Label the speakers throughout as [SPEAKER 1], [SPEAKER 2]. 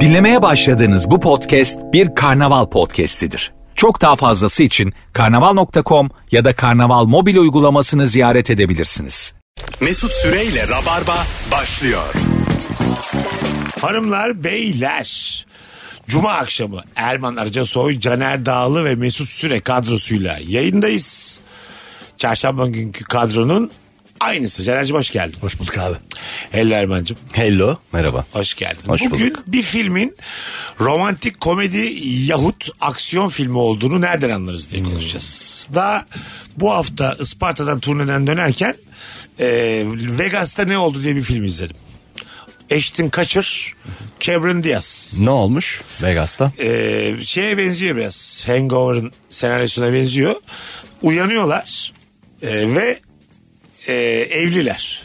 [SPEAKER 1] Dinlemeye başladığınız bu podcast bir karnaval podcastidir. Çok daha fazlası için karnaval.com ya da karnaval mobil uygulamasını ziyaret edebilirsiniz.
[SPEAKER 2] Mesut Süreyle Rabarba başlıyor.
[SPEAKER 3] Hanımlar, beyler. Cuma akşamı Erman Arıcasoy, Caner Dağlı ve Mesut Süre kadrosuyla yayındayız. Çarşamba günkü kadronun aynısı. Caner'cim hoş geldin.
[SPEAKER 4] Hoş bulduk abi.
[SPEAKER 3] Hello Erman'cım.
[SPEAKER 4] Hello. Merhaba.
[SPEAKER 3] Hoş geldin.
[SPEAKER 4] Hoş
[SPEAKER 3] Bugün bir filmin romantik komedi yahut aksiyon filmi olduğunu nereden anlarız diye konuşacağız. Daha bu hafta Isparta'dan turneden dönerken e, Vegas'ta ne oldu diye bir film izledim. Ashton Kutcher, Cameron Diaz.
[SPEAKER 4] Ne olmuş Vegas'ta?
[SPEAKER 3] Ee, şeye benziyor biraz. Hangover'ın senaryosuna benziyor. Uyanıyorlar e, ve e, evliler.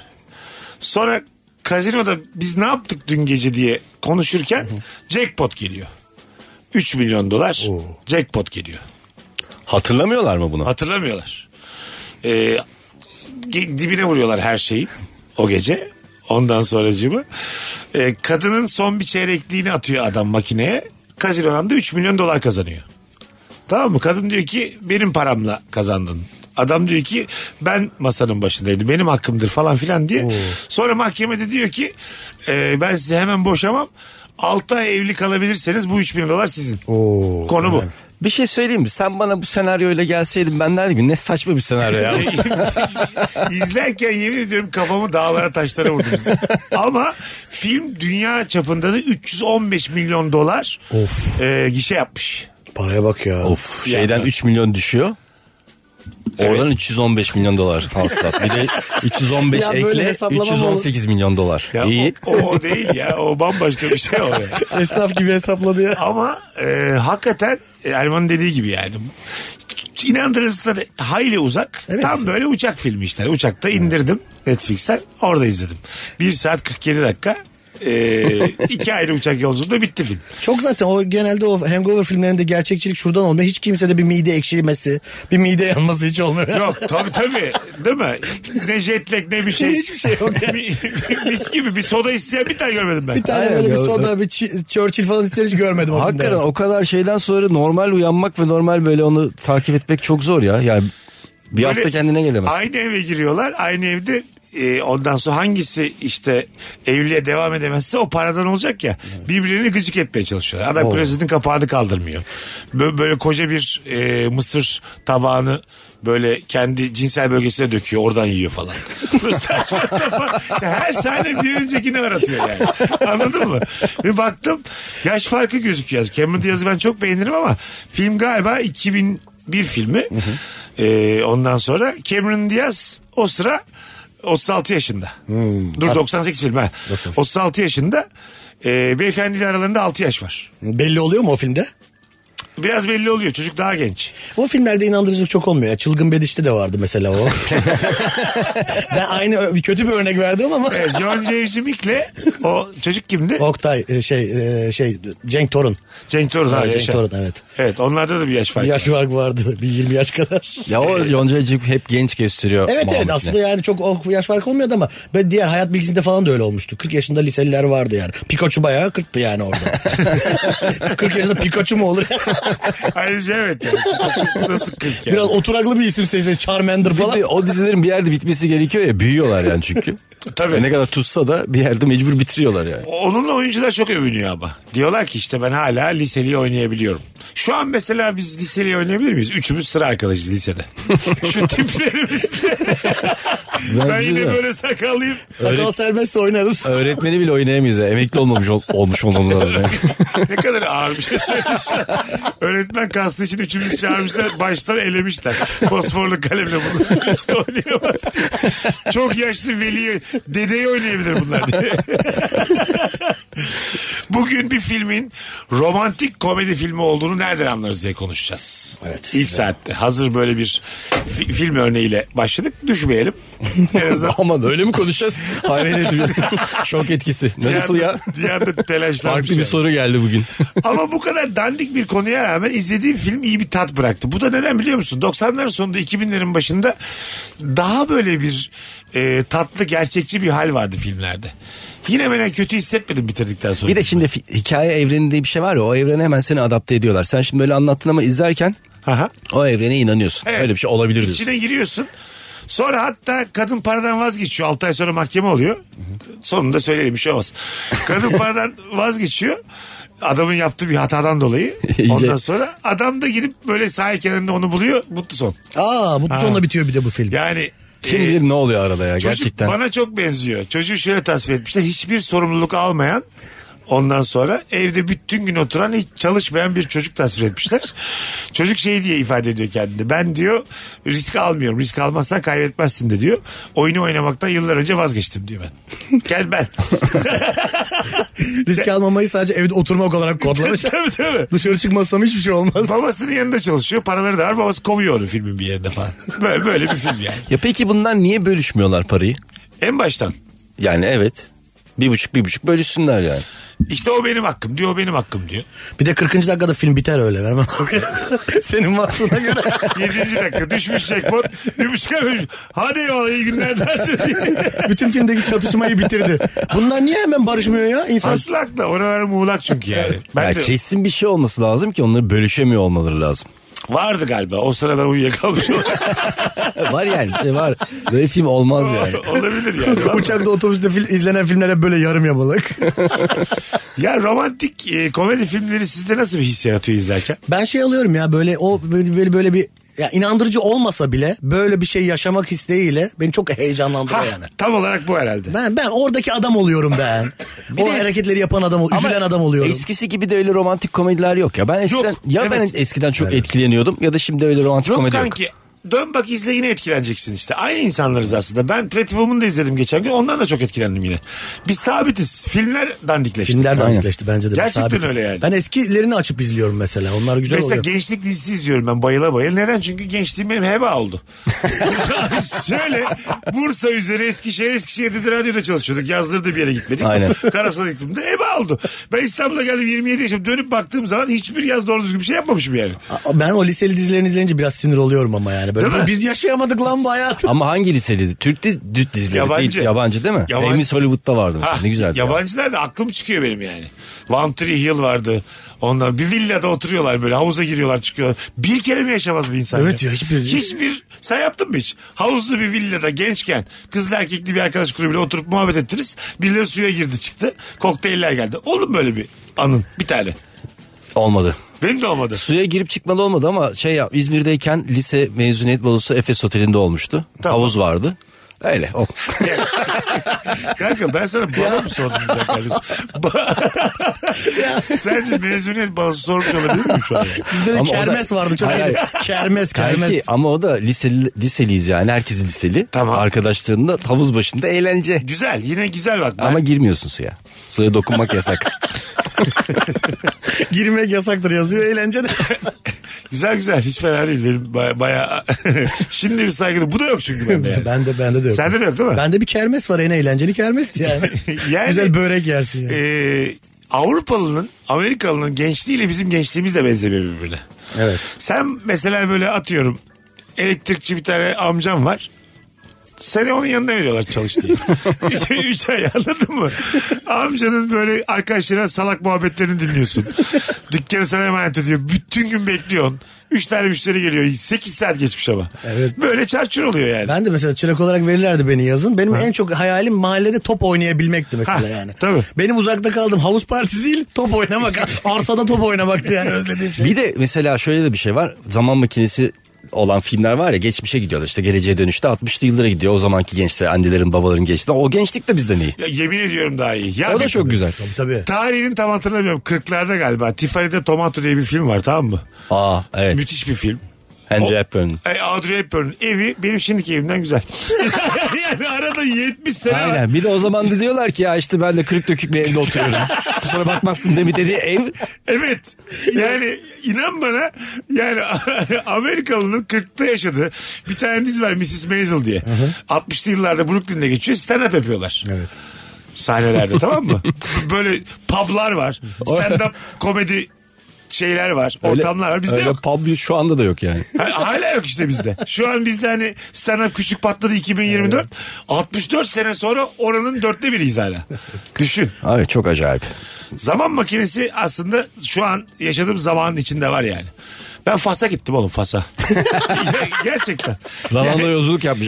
[SPEAKER 3] Sonra kazinoda biz ne yaptık dün gece diye konuşurken jackpot geliyor. 3 milyon dolar jackpot geliyor.
[SPEAKER 4] Hatırlamıyorlar mı bunu?
[SPEAKER 3] Hatırlamıyorlar. Ee, ge- dibine vuruyorlar her şeyi o gece. Ondan sonracığımı. Ee, kadının son bir çeyrekliğini atıyor adam makineye. Kazinodan da 3 milyon dolar kazanıyor. Tamam mı? Kadın diyor ki benim paramla kazandın. Adam diyor ki ben masanın başındaydı benim hakkımdır falan filan diye. Sonra mahkemede diyor ki "E, ben sizi hemen boşamam. 6 ay evli kalabilirseniz bu 3 milyon dolar sizin. Konu bu.
[SPEAKER 4] Bir şey söyleyeyim mi? Sen bana bu senaryoyla gelseydin ben derdim ki ne saçma bir senaryo ya.
[SPEAKER 3] İzlerken yemin ediyorum kafamı dağlara taşlara vurdum. Ama film dünya çapında da 315 milyon dolar
[SPEAKER 5] Of.
[SPEAKER 3] e, gişe yapmış.
[SPEAKER 5] Paraya bak ya.
[SPEAKER 4] of şeyden 3 milyon düşüyor. Oradan 315 milyon dolar hasılat. Bir de 315
[SPEAKER 5] Ya böyle
[SPEAKER 4] ekle
[SPEAKER 5] hesaplama mı olur?
[SPEAKER 4] 318 milyon dolar.
[SPEAKER 3] Ya
[SPEAKER 4] İyi.
[SPEAKER 3] o, o değil ya o bambaşka bir şey o ya.
[SPEAKER 5] Esnaf gibi hesapladı ya.
[SPEAKER 3] Ama e, hakikaten e, Erman'ın dediği gibi yani. İnandırıcısı da hayli uzak.
[SPEAKER 5] Evet.
[SPEAKER 3] Tam böyle uçak filmi işte. Uçakta indirdim Netflix'ten. Orada izledim. 1 saat 47 dakika. E, iki ayrı uçak yolculuğunda bitti film.
[SPEAKER 5] Çok zaten o genelde o hangover filmlerinde gerçekçilik şuradan olmuyor. Hiç kimsede bir mide ekşilmesi, bir mide yanması hiç olmuyor.
[SPEAKER 3] Yok tabii tabii. Değil mi? Ne jetlag ne bir şey.
[SPEAKER 5] Hiçbir şey yok yani.
[SPEAKER 3] Mi- Mis gibi bir soda isteyen bir tane görmedim ben.
[SPEAKER 5] Bir tane
[SPEAKER 4] Aynen
[SPEAKER 5] böyle bir
[SPEAKER 4] gördüm.
[SPEAKER 5] soda, bir Ch- Churchill falan ister hiç görmedim. o filmde.
[SPEAKER 4] Hakikaten o kadar şeyden sonra normal uyanmak ve normal böyle onu takip etmek çok zor ya. Yani bir
[SPEAKER 3] Böyle
[SPEAKER 4] hafta kendine gelemez.
[SPEAKER 3] Aynı eve giriyorlar. Aynı evde e, ondan sonra hangisi işte evliliğe devam edemezse o paradan olacak ya. Birbirlerini gıcık etmeye çalışıyorlar. Adam klozetin kapağını kaldırmıyor. Böyle, böyle koca bir e, mısır tabağını böyle kendi cinsel bölgesine döküyor. Oradan yiyor falan. Böyle saçma sapan. Her sahne bir öncekini aratıyor yani. Anladın mı? Bir baktım yaş farkı gözüküyor. Cameron Diaz'ı ben çok beğenirim ama film galiba 2001 filmi. Ee, ondan sonra Cameron Diaz o sıra 36 yaşında.
[SPEAKER 5] Hmm,
[SPEAKER 3] Dur 98 film ha. 36 yaşında. Ee, beyefendiyle aralarında 6 yaş var.
[SPEAKER 5] Belli oluyor mu o filmde?
[SPEAKER 3] Biraz belli oluyor çocuk daha genç.
[SPEAKER 5] O filmlerde inandırıcılık çok olmuyor. Ya. Çılgın Bediş'te de vardı mesela o. ben aynı ö- kötü bir örnek verdim ama.
[SPEAKER 3] Ee, John James Mick'le o çocuk kimdi?
[SPEAKER 5] Oktay e, şey e, şey Cenk Torun.
[SPEAKER 3] Cenk Torun. ha,
[SPEAKER 5] Ha, Cenk
[SPEAKER 3] yaşa.
[SPEAKER 5] Torun evet.
[SPEAKER 3] Evet onlarda da bir yaş
[SPEAKER 5] Bir
[SPEAKER 3] farkı. var.
[SPEAKER 5] yaş farkı vardı. Bir 20 yaş kadar.
[SPEAKER 4] Ya o Yonca Ecik hep genç gösteriyor.
[SPEAKER 5] Evet evet
[SPEAKER 4] Muhammed'ine.
[SPEAKER 5] aslında yani çok o yaş farkı olmuyordu ama ben diğer hayat bilgisinde falan da öyle olmuştu. 40 yaşında liseliler vardı yani. Pikachu bayağı 40'tı yani orada. 40 yaşında Pikachu mu olur?
[SPEAKER 3] Ayrıca evet yani. Nasıl 40 yani?
[SPEAKER 5] Biraz oturaklı bir isim seçse Charmander
[SPEAKER 4] Bir
[SPEAKER 5] falan.
[SPEAKER 4] de o dizilerin bir yerde bitmesi gerekiyor ya büyüyorlar yani çünkü. E
[SPEAKER 3] Tabii.
[SPEAKER 4] Ne kadar tutsa da bir yerde mecbur bitiriyorlar yani.
[SPEAKER 3] Onunla oyuncular çok övünüyor ama. Diyorlar ki işte ben hala liseli oynayabiliyorum. Şu an mesela biz liseli oynayabilir miyiz? Üçümüz sıra arkadaşız lisede. Şu tiplerimizle. ben
[SPEAKER 4] Bence
[SPEAKER 3] yine
[SPEAKER 4] de.
[SPEAKER 3] böyle sakallıyım.
[SPEAKER 5] Sakal serbestse oynarız.
[SPEAKER 4] Öğretmeni bile oynayamayız ya. Emekli olmamış ol- olmuş olmam lazım. yani.
[SPEAKER 3] ne kadar ağır bir şey söylemişler. Öğretmen kastı için üçümüz çağırmışlar. Baştan elemişler. Fosforlu kalemle bunu. Hiç de oynayamaz diye. Çok yaşlı veli dedeyi oynayabilir bunlar diye. Bugün bir filmin romantik komedi filmi olduğunu nereden anlarız diye konuşacağız.
[SPEAKER 5] Evet.
[SPEAKER 3] İlk saatte hazır böyle bir fi- film örneğiyle başladık. Düşmeyelim. En azından
[SPEAKER 4] Aman öyle mi konuşacağız? Hayret etmiyorum. Şok etkisi. Nasıl ya?
[SPEAKER 3] Dünyada telaşlanmış.
[SPEAKER 4] Farklı bir şey.
[SPEAKER 3] yani.
[SPEAKER 4] soru geldi bugün.
[SPEAKER 3] Ama bu kadar dandik bir konuya rağmen izlediğim film iyi bir tat bıraktı. Bu da neden biliyor musun? 90'ların sonunda 2000'lerin başında daha böyle bir e, tatlı gerçekçi bir hal vardı filmlerde. Yine ben kötü hissetmedim bitirdikten sonra.
[SPEAKER 4] Bir de şimdi fi- hikaye evreni diye bir şey var ya o evrene hemen seni adapte ediyorlar. Sen şimdi böyle anlattın ama izlerken
[SPEAKER 3] Aha.
[SPEAKER 4] o evrene inanıyorsun.
[SPEAKER 3] Evet.
[SPEAKER 4] Öyle bir şey olabilir diyorsun.
[SPEAKER 3] İçine giriyorsun. Sonra hatta kadın paradan vazgeçiyor. 6 ay sonra mahkeme oluyor. Sonunda söyleyelim bir şey olmaz. Kadın paradan vazgeçiyor. Adamın yaptığı bir hatadan dolayı.
[SPEAKER 4] İyice-
[SPEAKER 3] Ondan sonra adam da gidip böyle sahil kenarında onu buluyor. Mutlu son.
[SPEAKER 5] Aa mutlu sonla bitiyor bir de bu film.
[SPEAKER 3] Yani
[SPEAKER 4] Kim
[SPEAKER 3] e,
[SPEAKER 4] bilir ne oluyor arada ya
[SPEAKER 3] Çocuk
[SPEAKER 4] gerçekten.
[SPEAKER 3] bana çok benziyor. Çocuğu şöyle tasvir etmişler. Hiçbir sorumluluk almayan ondan sonra evde bütün gün oturan hiç çalışmayan bir çocuk tasvir etmişler. çocuk şey diye ifade ediyor kendini. Ben diyor risk almıyorum. Risk almazsan kaybetmezsin de diyor. Oyunu oynamaktan yıllar önce vazgeçtim diyor ben. Gel ben.
[SPEAKER 5] Risk almamayı sadece evde oturmak olarak kodlamış.
[SPEAKER 3] tabii tabii.
[SPEAKER 5] Dışarı çıkmazsam hiçbir şey olmaz.
[SPEAKER 3] Babasının yanında çalışıyor. Paraları da var. Babası kovuyor onu filmin bir yerinde falan. Böyle, böyle bir film yani.
[SPEAKER 4] Ya peki bunlar niye bölüşmüyorlar parayı?
[SPEAKER 3] En baştan.
[SPEAKER 4] Yani evet. Bir buçuk bir buçuk bölüşsünler yani.
[SPEAKER 3] İşte o benim hakkım diyor. O benim hakkım diyor.
[SPEAKER 5] Bir de 40. dakikada film biter öyle vermem. Senin vaktine göre.
[SPEAKER 3] 7. dakika düşmüş jackpot. Yumuşka ölmüş. Hadi eyvallah iyi günler dersin.
[SPEAKER 5] Bütün filmdeki çatışmayı bitirdi. Bunlar niye hemen barışmıyor ya? İnsan
[SPEAKER 3] Aslı haklı. Oralar muğlak çünkü yani. Ben
[SPEAKER 4] Ya
[SPEAKER 3] de-
[SPEAKER 4] kesin bir şey olması lazım ki onları bölüşemiyor olmaları lazım.
[SPEAKER 3] vardı galiba. O sıra ben uyuyakalmış
[SPEAKER 4] var yani bir şey var. Böyle film olmaz yani.
[SPEAKER 3] olabilir yani. Vallahi.
[SPEAKER 5] uçakta otobüste fil- izlenen filmler hep böyle yarım yamalak.
[SPEAKER 3] Ya romantik e, komedi filmleri sizde nasıl bir his yaratıyor izlerken?
[SPEAKER 5] Ben şey alıyorum ya böyle o böyle böyle, böyle bir ya inandırıcı olmasa bile böyle bir şey yaşamak isteğiyle beni çok heyecanlandırıyor
[SPEAKER 3] Ha,
[SPEAKER 5] yani.
[SPEAKER 3] tam olarak bu herhalde.
[SPEAKER 5] Ben ben oradaki adam oluyorum ben. o
[SPEAKER 4] de-
[SPEAKER 5] hareketleri yapan adam, ol- üzülen adam oluyorum.
[SPEAKER 4] Eskisi gibi de öyle romantik komediler yok ya. Ben eskiden
[SPEAKER 3] Yok,
[SPEAKER 4] ya
[SPEAKER 3] evet.
[SPEAKER 4] ben eskiden çok etkileniyordum ya da şimdi öyle romantik
[SPEAKER 3] Yok
[SPEAKER 4] komedi yok.
[SPEAKER 3] kanki. Dön bak izle yine etkileneceksin işte. Aynı insanlarız aslında. Ben Pretty Woman'ı da izledim geçen gün. Ondan da çok etkilendim yine. Biz sabitiz. Filmler dandikleşti.
[SPEAKER 5] Filmler de
[SPEAKER 4] Aynen.
[SPEAKER 5] antikleşti bence de.
[SPEAKER 3] Gerçekten
[SPEAKER 5] Sabitiz.
[SPEAKER 3] öyle yani.
[SPEAKER 5] Ben eskilerini açıp izliyorum mesela. Onlar güzel
[SPEAKER 3] Mesela
[SPEAKER 5] oluyor.
[SPEAKER 3] gençlik dizisi izliyorum ben bayıla bayıla. Neden? Çünkü gençliğim benim heba oldu. Şöyle Bursa üzeri Eskişehir, Eskişehir'de de radyoda çalışıyorduk. Yazları da bir yere gitmedik.
[SPEAKER 4] Aynen.
[SPEAKER 3] Karasal iklimde heba oldu. Ben İstanbul'a geldim 27 yaşım. Dönüp baktığım zaman hiçbir yaz doğru düzgün bir şey yapmamışım yani.
[SPEAKER 5] Aa, Ben o liseli dizilerini izleyince biraz sinir oluyorum ama yani. Böyle,
[SPEAKER 3] Değil mi?
[SPEAKER 5] biz yaşayamadık lan bu hayatı.
[SPEAKER 4] Ama hangi liseli? Türk dizi, Düz dizileri
[SPEAKER 3] Yabancı.
[SPEAKER 4] değil. Yabancı değil mi?
[SPEAKER 3] Yabancı.
[SPEAKER 4] Yabancı. Hollywood'da vardı mesela.
[SPEAKER 3] Ha,
[SPEAKER 4] ne güzeldi. ya.
[SPEAKER 3] Yabancılar da aklım çıkıyor benim yani. One Tree Hill vardı. Ondan bir villada oturuyorlar böyle havuza giriyorlar çıkıyorlar. Bir kere mi yaşamaz bir insan?
[SPEAKER 5] Evet ya, hiçbir-
[SPEAKER 3] Hiçbir sen yaptın mı hiç? Havuzlu bir villada gençken kızla erkekli bir arkadaş grubuyla oturup muhabbet ettiniz. Birileri suya girdi çıktı. Kokteyller geldi. Olur mu böyle bir anın bir tane?
[SPEAKER 4] Olmadı.
[SPEAKER 3] Benim de olmadı.
[SPEAKER 4] Suya girip çıkmalı olmadı ama şey ya İzmir'deyken lise mezuniyet balosu Efes Oteli'nde olmuştu.
[SPEAKER 3] Tamam.
[SPEAKER 4] Havuz vardı. Öyle. o.
[SPEAKER 3] Kanka ben sana bana mı sordum? bir dakika? Ba- Sence mezuniyet bana sormuş olabilir mi şu an?
[SPEAKER 5] Bizde de
[SPEAKER 4] Ama o da-
[SPEAKER 5] kermes vardı çok
[SPEAKER 4] Hayır,
[SPEAKER 5] iyi. Kermes kermes.
[SPEAKER 4] Kanki, ama o da liseli, liseliyiz yani. Herkes liseli.
[SPEAKER 3] Tamam.
[SPEAKER 4] Arkadaşlarında havuz başında eğlence.
[SPEAKER 3] Güzel yine güzel bak. Ben-
[SPEAKER 4] Ama girmiyorsun suya. Suya dokunmak yasak.
[SPEAKER 5] Girmek yasaktır yazıyor eğlence de.
[SPEAKER 3] Güzel güzel hiç fena değil benim baya, baya- şimdi bir saygı bu da yok çünkü bende yani.
[SPEAKER 5] ben de bende de yok.
[SPEAKER 3] Sende de yok değil mi?
[SPEAKER 5] Bende bir kermes var en eğlenceli kermesti yani.
[SPEAKER 3] Yani-
[SPEAKER 5] Güzel börek yersin yani.
[SPEAKER 3] Ee, Avrupalı'nın Amerikalı'nın gençliğiyle bizim gençliğimiz de benzemiyor birbirine.
[SPEAKER 5] evet.
[SPEAKER 3] Sen mesela böyle atıyorum elektrikçi bir tane amcam var. Seni onun yanına veriyorlar çalış diye. Üç- Üç ay anladın mı? Amcanın böyle arkadaşlarına salak muhabbetlerini dinliyorsun. Dükkanı sana emanet ediyor. Bütün gün bekliyorsun. Üç tane müşteri geliyor. Sekiz saat geçmiş ama.
[SPEAKER 5] Evet.
[SPEAKER 3] Böyle çarçur oluyor yani.
[SPEAKER 5] Ben de mesela çırak olarak verirlerdi beni yazın. Benim en çok hayalim mahallede top oynayabilmekti mesela
[SPEAKER 3] Ha,
[SPEAKER 5] yani.
[SPEAKER 3] tabii.
[SPEAKER 5] Benim uzakta kaldım havuz partisi değil top oynamak. Arsada top oynamaktı yani özlediğim şey.
[SPEAKER 4] Bir de mesela şöyle de bir şey var. Zaman makinesi olan filmler var ya geçmişe gidiyorlar işte geleceğe dönüşte 60'lı yıllara gidiyor o zamanki gençler annelerin babaların gençliği o gençlik de bizden iyi
[SPEAKER 3] Ya yemin ediyorum daha iyi. Ya
[SPEAKER 4] o da
[SPEAKER 3] bir-
[SPEAKER 4] çok güzel
[SPEAKER 5] Tabii tabii.
[SPEAKER 3] Tarihinin tam hatırlamıyorum. 40'larda galiba. Tiffany'de Tomato diye bir film var tamam mı?
[SPEAKER 4] aa evet
[SPEAKER 3] Müthiş bir film.
[SPEAKER 4] Andrew Hepburn.
[SPEAKER 3] E, Audrey Hepburn'un evi benim şimdiki evimden güzel. yani arada 70 sene var.
[SPEAKER 4] Aynen. Bir de o zaman da diyorlar ki ya işte ben de kırık dökük bir evde oturuyorum. Kusura bakmazsın demi dedi ev.
[SPEAKER 3] Evet. Yani inan bana yani Amerikalı'nın 40'ta yaşadığı bir tane dizi var Mrs. Maisel diye. 60'lı yıllarda Brooklyn'de geçiyor. Stand-up yapıyorlar.
[SPEAKER 5] Evet.
[SPEAKER 3] Sahnelerde tamam mı? Böyle publar var. Stand-up komedi şeyler var. ortamlar var. Bizde
[SPEAKER 4] öyle
[SPEAKER 3] yok.
[SPEAKER 4] pub şu anda da yok yani.
[SPEAKER 3] Ha- Hala yok işte bizde. Şu an bizde hani stand-up küçük patladı 2024. 64 sene sonra oranın dörtte biriyiz hala. Düşün.
[SPEAKER 4] Abi çok acayip.
[SPEAKER 3] Zaman makinesi aslında şu an yaşadığım zamanın içinde var yani. Ben Fas'a gittim oğlum Fas'a. Gerçekten.
[SPEAKER 4] Zamanda yolculuk yapmış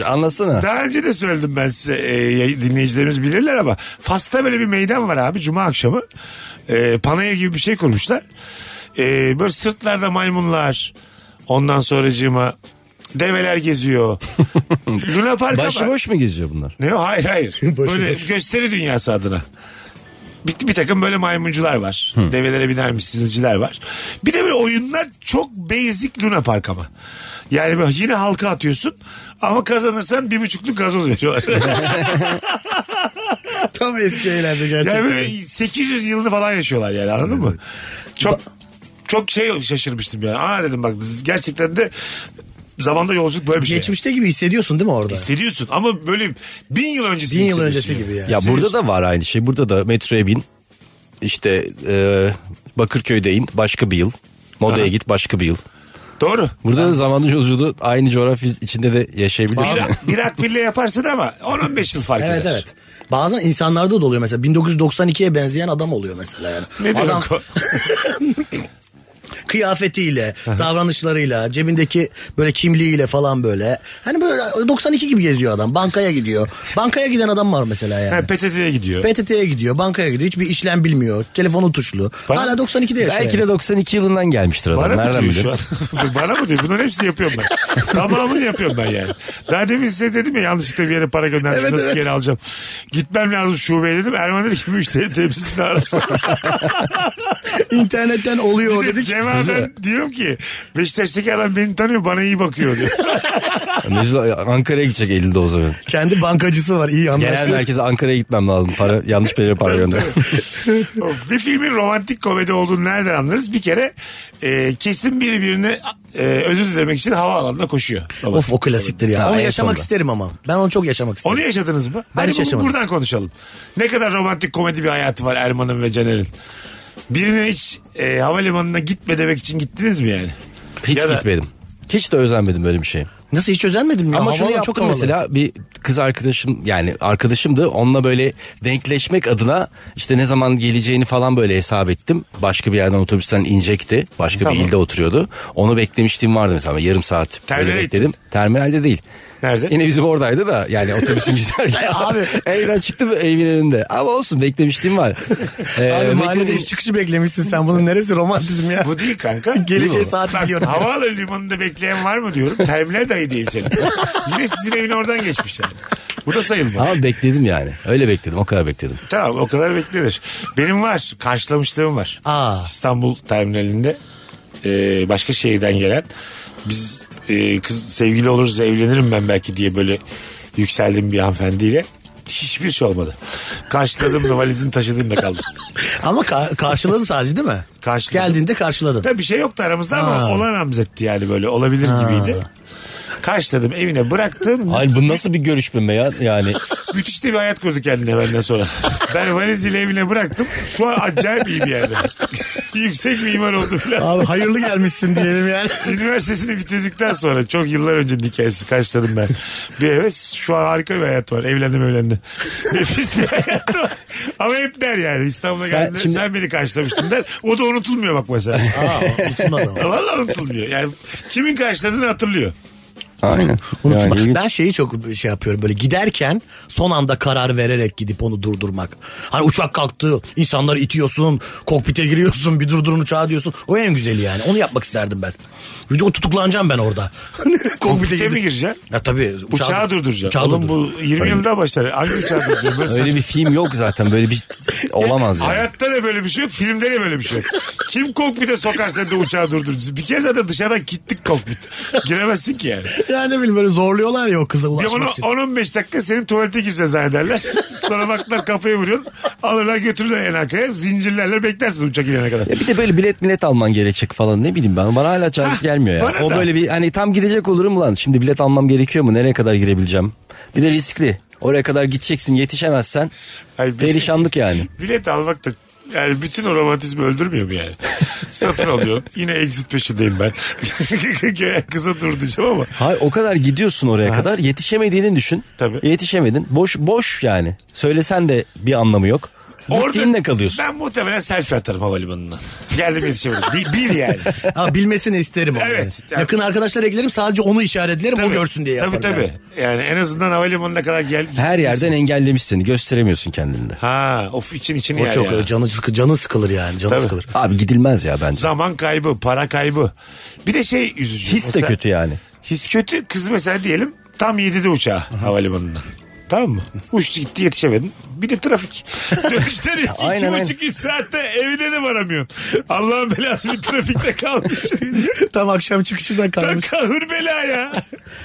[SPEAKER 4] anlatsana.
[SPEAKER 3] Daha önce de söyledim ben size e, yay- dinleyicilerimiz bilirler ama Fas'ta böyle bir meydan var abi cuma akşamı. E, panayır gibi bir şey kurmuşlar. E, böyle sırtlarda maymunlar ondan sonracığıma develer geziyor. Luna Park'a bak.
[SPEAKER 4] Başıboş mu geziyor bunlar?
[SPEAKER 3] Ne o? Hayır hayır.
[SPEAKER 5] Boşu
[SPEAKER 3] böyle
[SPEAKER 5] boş.
[SPEAKER 3] gösteri dünyası adına. Bir, bir takım böyle maymuncular var. Develere binermişsizciler var. Bir de böyle oyunlar çok basic Luna Park ama. Yani böyle yine halka atıyorsun ama kazanırsan bir buçukluk gazoz veriyorlar.
[SPEAKER 5] Tam eski eğlence
[SPEAKER 3] yani
[SPEAKER 5] gerçekten.
[SPEAKER 3] böyle şey. 800 yılını falan yaşıyorlar yani anladın mı? Çok çok şey şaşırmıştım yani. Aa dedim bak gerçekten de zamanda yolculuk böyle bir şey.
[SPEAKER 5] Geçmişte gibi hissediyorsun değil mi orada?
[SPEAKER 3] Hissediyorsun ama böyle bin yıl öncesi
[SPEAKER 5] Bin yıl
[SPEAKER 3] hissediyorsun
[SPEAKER 5] öncesi gibi yani.
[SPEAKER 4] Ya burada da var aynı şey. Burada da metroya bin. İşte e, Bakırköy'de in başka bir yıl. Moda'ya git başka bir yıl.
[SPEAKER 3] Doğru.
[SPEAKER 4] Burada da zamanın yolculuğu aynı coğrafya içinde de yaşayabiliyorsun.
[SPEAKER 3] Bir, bir akbille yaparsın ama 10-15 yıl fark
[SPEAKER 5] Evet
[SPEAKER 3] eder.
[SPEAKER 5] evet. Bazen insanlarda da oluyor mesela 1992'ye benzeyen adam oluyor mesela yani.
[SPEAKER 3] Ne diyorsun?
[SPEAKER 5] adam kıyafetiyle, davranışlarıyla, cebindeki böyle kimliğiyle falan böyle. Hani böyle 92 gibi geziyor adam. Bankaya gidiyor. Bankaya giden adam var mesela yani.
[SPEAKER 3] Ha, PTT'ye gidiyor.
[SPEAKER 5] PTT'ye gidiyor, bankaya gidiyor. Hiçbir işlem bilmiyor. Telefonu tuşlu.
[SPEAKER 3] Bana-
[SPEAKER 5] Hala 92'de yaşıyor.
[SPEAKER 4] Belki
[SPEAKER 5] yani.
[SPEAKER 4] de 92 yılından gelmiştir adam.
[SPEAKER 3] Bana mı
[SPEAKER 4] Nereden
[SPEAKER 3] diyor
[SPEAKER 4] bilir?
[SPEAKER 3] şu an? Bana mı diyor? Bunların hepsini yapıyorum ben. Tamamını yapıyorum ben yani. Daha demin size dedim ya yanlışlıkla bir yere para gönderdim.
[SPEAKER 5] Evet,
[SPEAKER 3] Nasıl
[SPEAKER 5] evet.
[SPEAKER 3] geri alacağım? Gitmem lazım şubeye dedim. Erman dedi ki müşteri temsilcisini arasın.
[SPEAKER 5] internetten oluyor
[SPEAKER 3] Bir de
[SPEAKER 5] dedik.
[SPEAKER 3] Cevaben diyorum ki Beşiktaş'taki adam beni tanıyor bana iyi bakıyor diyor.
[SPEAKER 4] Necla Ankara'ya gidecek Eylül'de o zaman.
[SPEAKER 5] Kendi bankacısı var iyi
[SPEAKER 4] Genel
[SPEAKER 5] anlaştık.
[SPEAKER 4] merkeze Ankara'ya gitmem lazım. Para yanlış bir yere para gönder.
[SPEAKER 3] Of, bir filmin romantik komedi olduğunu nereden anlarız? Bir kere e, kesin biri birine e, özür dilemek için havaalanına koşuyor.
[SPEAKER 5] Of o klasiktir ya.
[SPEAKER 4] Ha,
[SPEAKER 5] onu
[SPEAKER 4] en
[SPEAKER 5] yaşamak
[SPEAKER 4] sonunda.
[SPEAKER 5] isterim ama. Ben onu çok yaşamak isterim.
[SPEAKER 3] Onu yaşadınız mı?
[SPEAKER 5] Ben
[SPEAKER 3] Hadi
[SPEAKER 5] hiç
[SPEAKER 3] bugün
[SPEAKER 5] yaşamadım.
[SPEAKER 3] buradan konuşalım. Ne kadar romantik komedi bir hayatı var Erman'ın ve Caner'in. Birine hiç e, havalimanına gitme demek için gittiniz mi yani?
[SPEAKER 4] Hiç
[SPEAKER 3] Ya da-
[SPEAKER 4] gitmedim. Hiç de özenmedim böyle bir şey.
[SPEAKER 5] Nasıl hiç özenmedin mi?
[SPEAKER 4] Ama
[SPEAKER 5] Havalı,
[SPEAKER 4] şunu yaptım
[SPEAKER 5] havalı.
[SPEAKER 4] mesela bir kız arkadaşım yani arkadaşımdı onunla böyle denkleşmek adına işte ne zaman geleceğini falan böyle hesap ettim. Başka bir yerden otobüsten inecekti. Başka bir ilde oturuyordu. Onu beklemiştim vardı mesela yarım saat
[SPEAKER 3] Terminale
[SPEAKER 4] böyle bekledim. Terminalde değil.
[SPEAKER 3] Nerede?
[SPEAKER 4] Yine bizim oradaydı da yani otobüsün güzel.
[SPEAKER 5] Abi.
[SPEAKER 4] Evden çıktım evin önünde. Ama olsun beklemiştim var. Ee,
[SPEAKER 5] Abi mahallede
[SPEAKER 4] bekledim.
[SPEAKER 5] iş çıkışı beklemişsin sen. Bunun neresi romantizm ya?
[SPEAKER 3] Bu değil kanka.
[SPEAKER 5] Geleceği saat biliyorum.
[SPEAKER 3] Havaalanı limanında bekleyen var mı diyorum. Terminal dahi değil senin. Yine sizin evin oradan geçmiş yani. Bu da sayılmaz.
[SPEAKER 4] Ama bekledim yani. Öyle bekledim o kadar bekledim.
[SPEAKER 3] Tamam o kadar beklenir. Benim var. Karşılamışlığım var.
[SPEAKER 5] Aa.
[SPEAKER 3] İstanbul terminalinde e, başka şehirden gelen biz e, kız sevgili oluruz evlenirim ben belki diye böyle yükseldim bir hanımefendiyle. Hiçbir şey olmadı. Karşıladım da valizini taşıdım da kaldım.
[SPEAKER 5] Ama ka- karşıladın sadece değil mi?
[SPEAKER 3] Karşıladım.
[SPEAKER 5] Geldiğinde karşıladın.
[SPEAKER 3] Tabii bir şey yoktu aramızda ama
[SPEAKER 5] Ha.
[SPEAKER 3] olan hamzetti yani böyle olabilir gibiydi. Karşıladım evine bıraktım.
[SPEAKER 4] Hayır bu nasıl bir görüşme ya yani.
[SPEAKER 3] Müthiş de bir hayat kurdu kendine benden sonra. Ben valiziyle evine bıraktım. Şu an acayip iyi bir yerde. Yüksek mimar oldu falan.
[SPEAKER 5] Abi hayırlı gelmişsin diyelim yani.
[SPEAKER 3] Üniversitesini bitirdikten sonra çok yıllar önce hikayesi kaçladım ben. Bir heves şu an harika bir hayat var. Evlendim evlendi. Nefis bir hayat var. Ama hep der yani İstanbul'a
[SPEAKER 4] Sen
[SPEAKER 3] geldiğinde
[SPEAKER 4] şimdi-
[SPEAKER 3] sen beni kaçlamıştın der. O da unutulmuyor bak mesela.
[SPEAKER 5] Aa, unutulmadı ama.
[SPEAKER 3] Valla unutulmuyor. Yani kimin kaçladığını hatırlıyor.
[SPEAKER 4] Aynen.
[SPEAKER 5] Unutma.
[SPEAKER 4] Yani ilginç.
[SPEAKER 5] ben şeyi çok şey yapıyorum böyle giderken son anda karar vererek gidip onu durdurmak. Hani uçak kalktı insanları itiyorsun kokpite giriyorsun bir durdurun uçağı diyorsun. O en güzeli yani onu yapmak isterdim ben. Bir de o tutuklanacağım ben orada.
[SPEAKER 3] Kokpite mi
[SPEAKER 5] gidip-
[SPEAKER 3] gireceksin?
[SPEAKER 5] Ya tabii.
[SPEAKER 3] Uçağı, durduracak.
[SPEAKER 5] uçağı
[SPEAKER 3] Oğlum
[SPEAKER 5] durdur-
[SPEAKER 3] bu 20 yılda başlar. Hangi uçağı durduracak? Böyle
[SPEAKER 4] Öyle bir film yok zaten böyle bir olamaz yani.
[SPEAKER 3] Hayatta da böyle bir şey yok. Filmde de böyle bir şey yok. Kim kokpite sokar seni de uçağı durdurursun. Bir kere zaten dışarıdan gittik kokpit. Giremezsin ki yani.
[SPEAKER 5] Yani ne bileyim böyle zorluyorlar ya o kıza
[SPEAKER 3] Ya
[SPEAKER 5] ulaşmak
[SPEAKER 3] onu
[SPEAKER 5] için.
[SPEAKER 3] 10-15 dakika senin tuvalete gireceğiz zannederler. Sonra baktılar kafayı vuruyorsun. Alırlar götürürler en arkaya. Zincirlerle beklersin uçak inene kadar.
[SPEAKER 4] Ya bir de böyle bilet millet alman gerekecek falan ne bileyim ben. Bana hala cazip
[SPEAKER 3] Hah,
[SPEAKER 4] gelmiyor ya.
[SPEAKER 3] bana
[SPEAKER 4] o
[SPEAKER 3] da.
[SPEAKER 4] böyle bir hani tam gidecek olurum lan. Şimdi bilet almam gerekiyor mu? Nereye kadar girebileceğim? Bir de riskli. Oraya kadar gideceksin yetişemezsen.
[SPEAKER 3] Ay, bir-
[SPEAKER 4] Perişanlık yani.
[SPEAKER 3] Bilet almak da yani bütün o romantizmi öldürmüyor mu yani? Satın alıyor. Yine exit peşindeyim ben. Kısa dur diyeceğim ama.
[SPEAKER 4] Hayır o kadar gidiyorsun oraya kadar yetişemediğini düşün.
[SPEAKER 3] Tabii.
[SPEAKER 4] Yetişemedin. Boş boş yani. Söylesen de bir anlamı yok. Gittiğinde kalıyorsun.
[SPEAKER 3] Ben muhtemelen selfie atarım havalimanından. Geldim yetişemedim. Bil, bil yani.
[SPEAKER 5] Ha, bilmesini isterim onu.
[SPEAKER 3] Evet.
[SPEAKER 5] Yani. Yakın arkadaşlar eklerim sadece onu işaretlerim o
[SPEAKER 3] Tabii.
[SPEAKER 5] görsün diye yaparım.
[SPEAKER 3] Tabii tabii. Yani.
[SPEAKER 5] yani.
[SPEAKER 3] en azından havalimanına kadar gel.
[SPEAKER 4] Her yerden engellemiş seni. Gösteremiyorsun kendini de.
[SPEAKER 3] Ha of için içini
[SPEAKER 5] O
[SPEAKER 3] yer
[SPEAKER 5] çok
[SPEAKER 3] ya.
[SPEAKER 5] canı, sıkı, canı sıkılır yani canı
[SPEAKER 3] Tabii.
[SPEAKER 5] sıkılır.
[SPEAKER 4] Abi gidilmez ya bence.
[SPEAKER 3] Zaman kaybı, para kaybı. Bir de şey üzücü.
[SPEAKER 4] His de
[SPEAKER 3] Mesela-
[SPEAKER 4] kötü yani.
[SPEAKER 3] His kötü. Kız mesela diyelim tam 7'de uçağı havalimanından. Tamam mı? Uçtu gitti yetişemedin. Bir de trafik. Dönüşten iki,
[SPEAKER 4] Aynen,
[SPEAKER 3] iki buçuk üç saatte evine de varamıyorsun. Allah'ın belası bir trafikte kalmış.
[SPEAKER 5] Tam akşam çıkışından
[SPEAKER 3] Tam
[SPEAKER 5] kalmış.
[SPEAKER 3] kahır bela ya.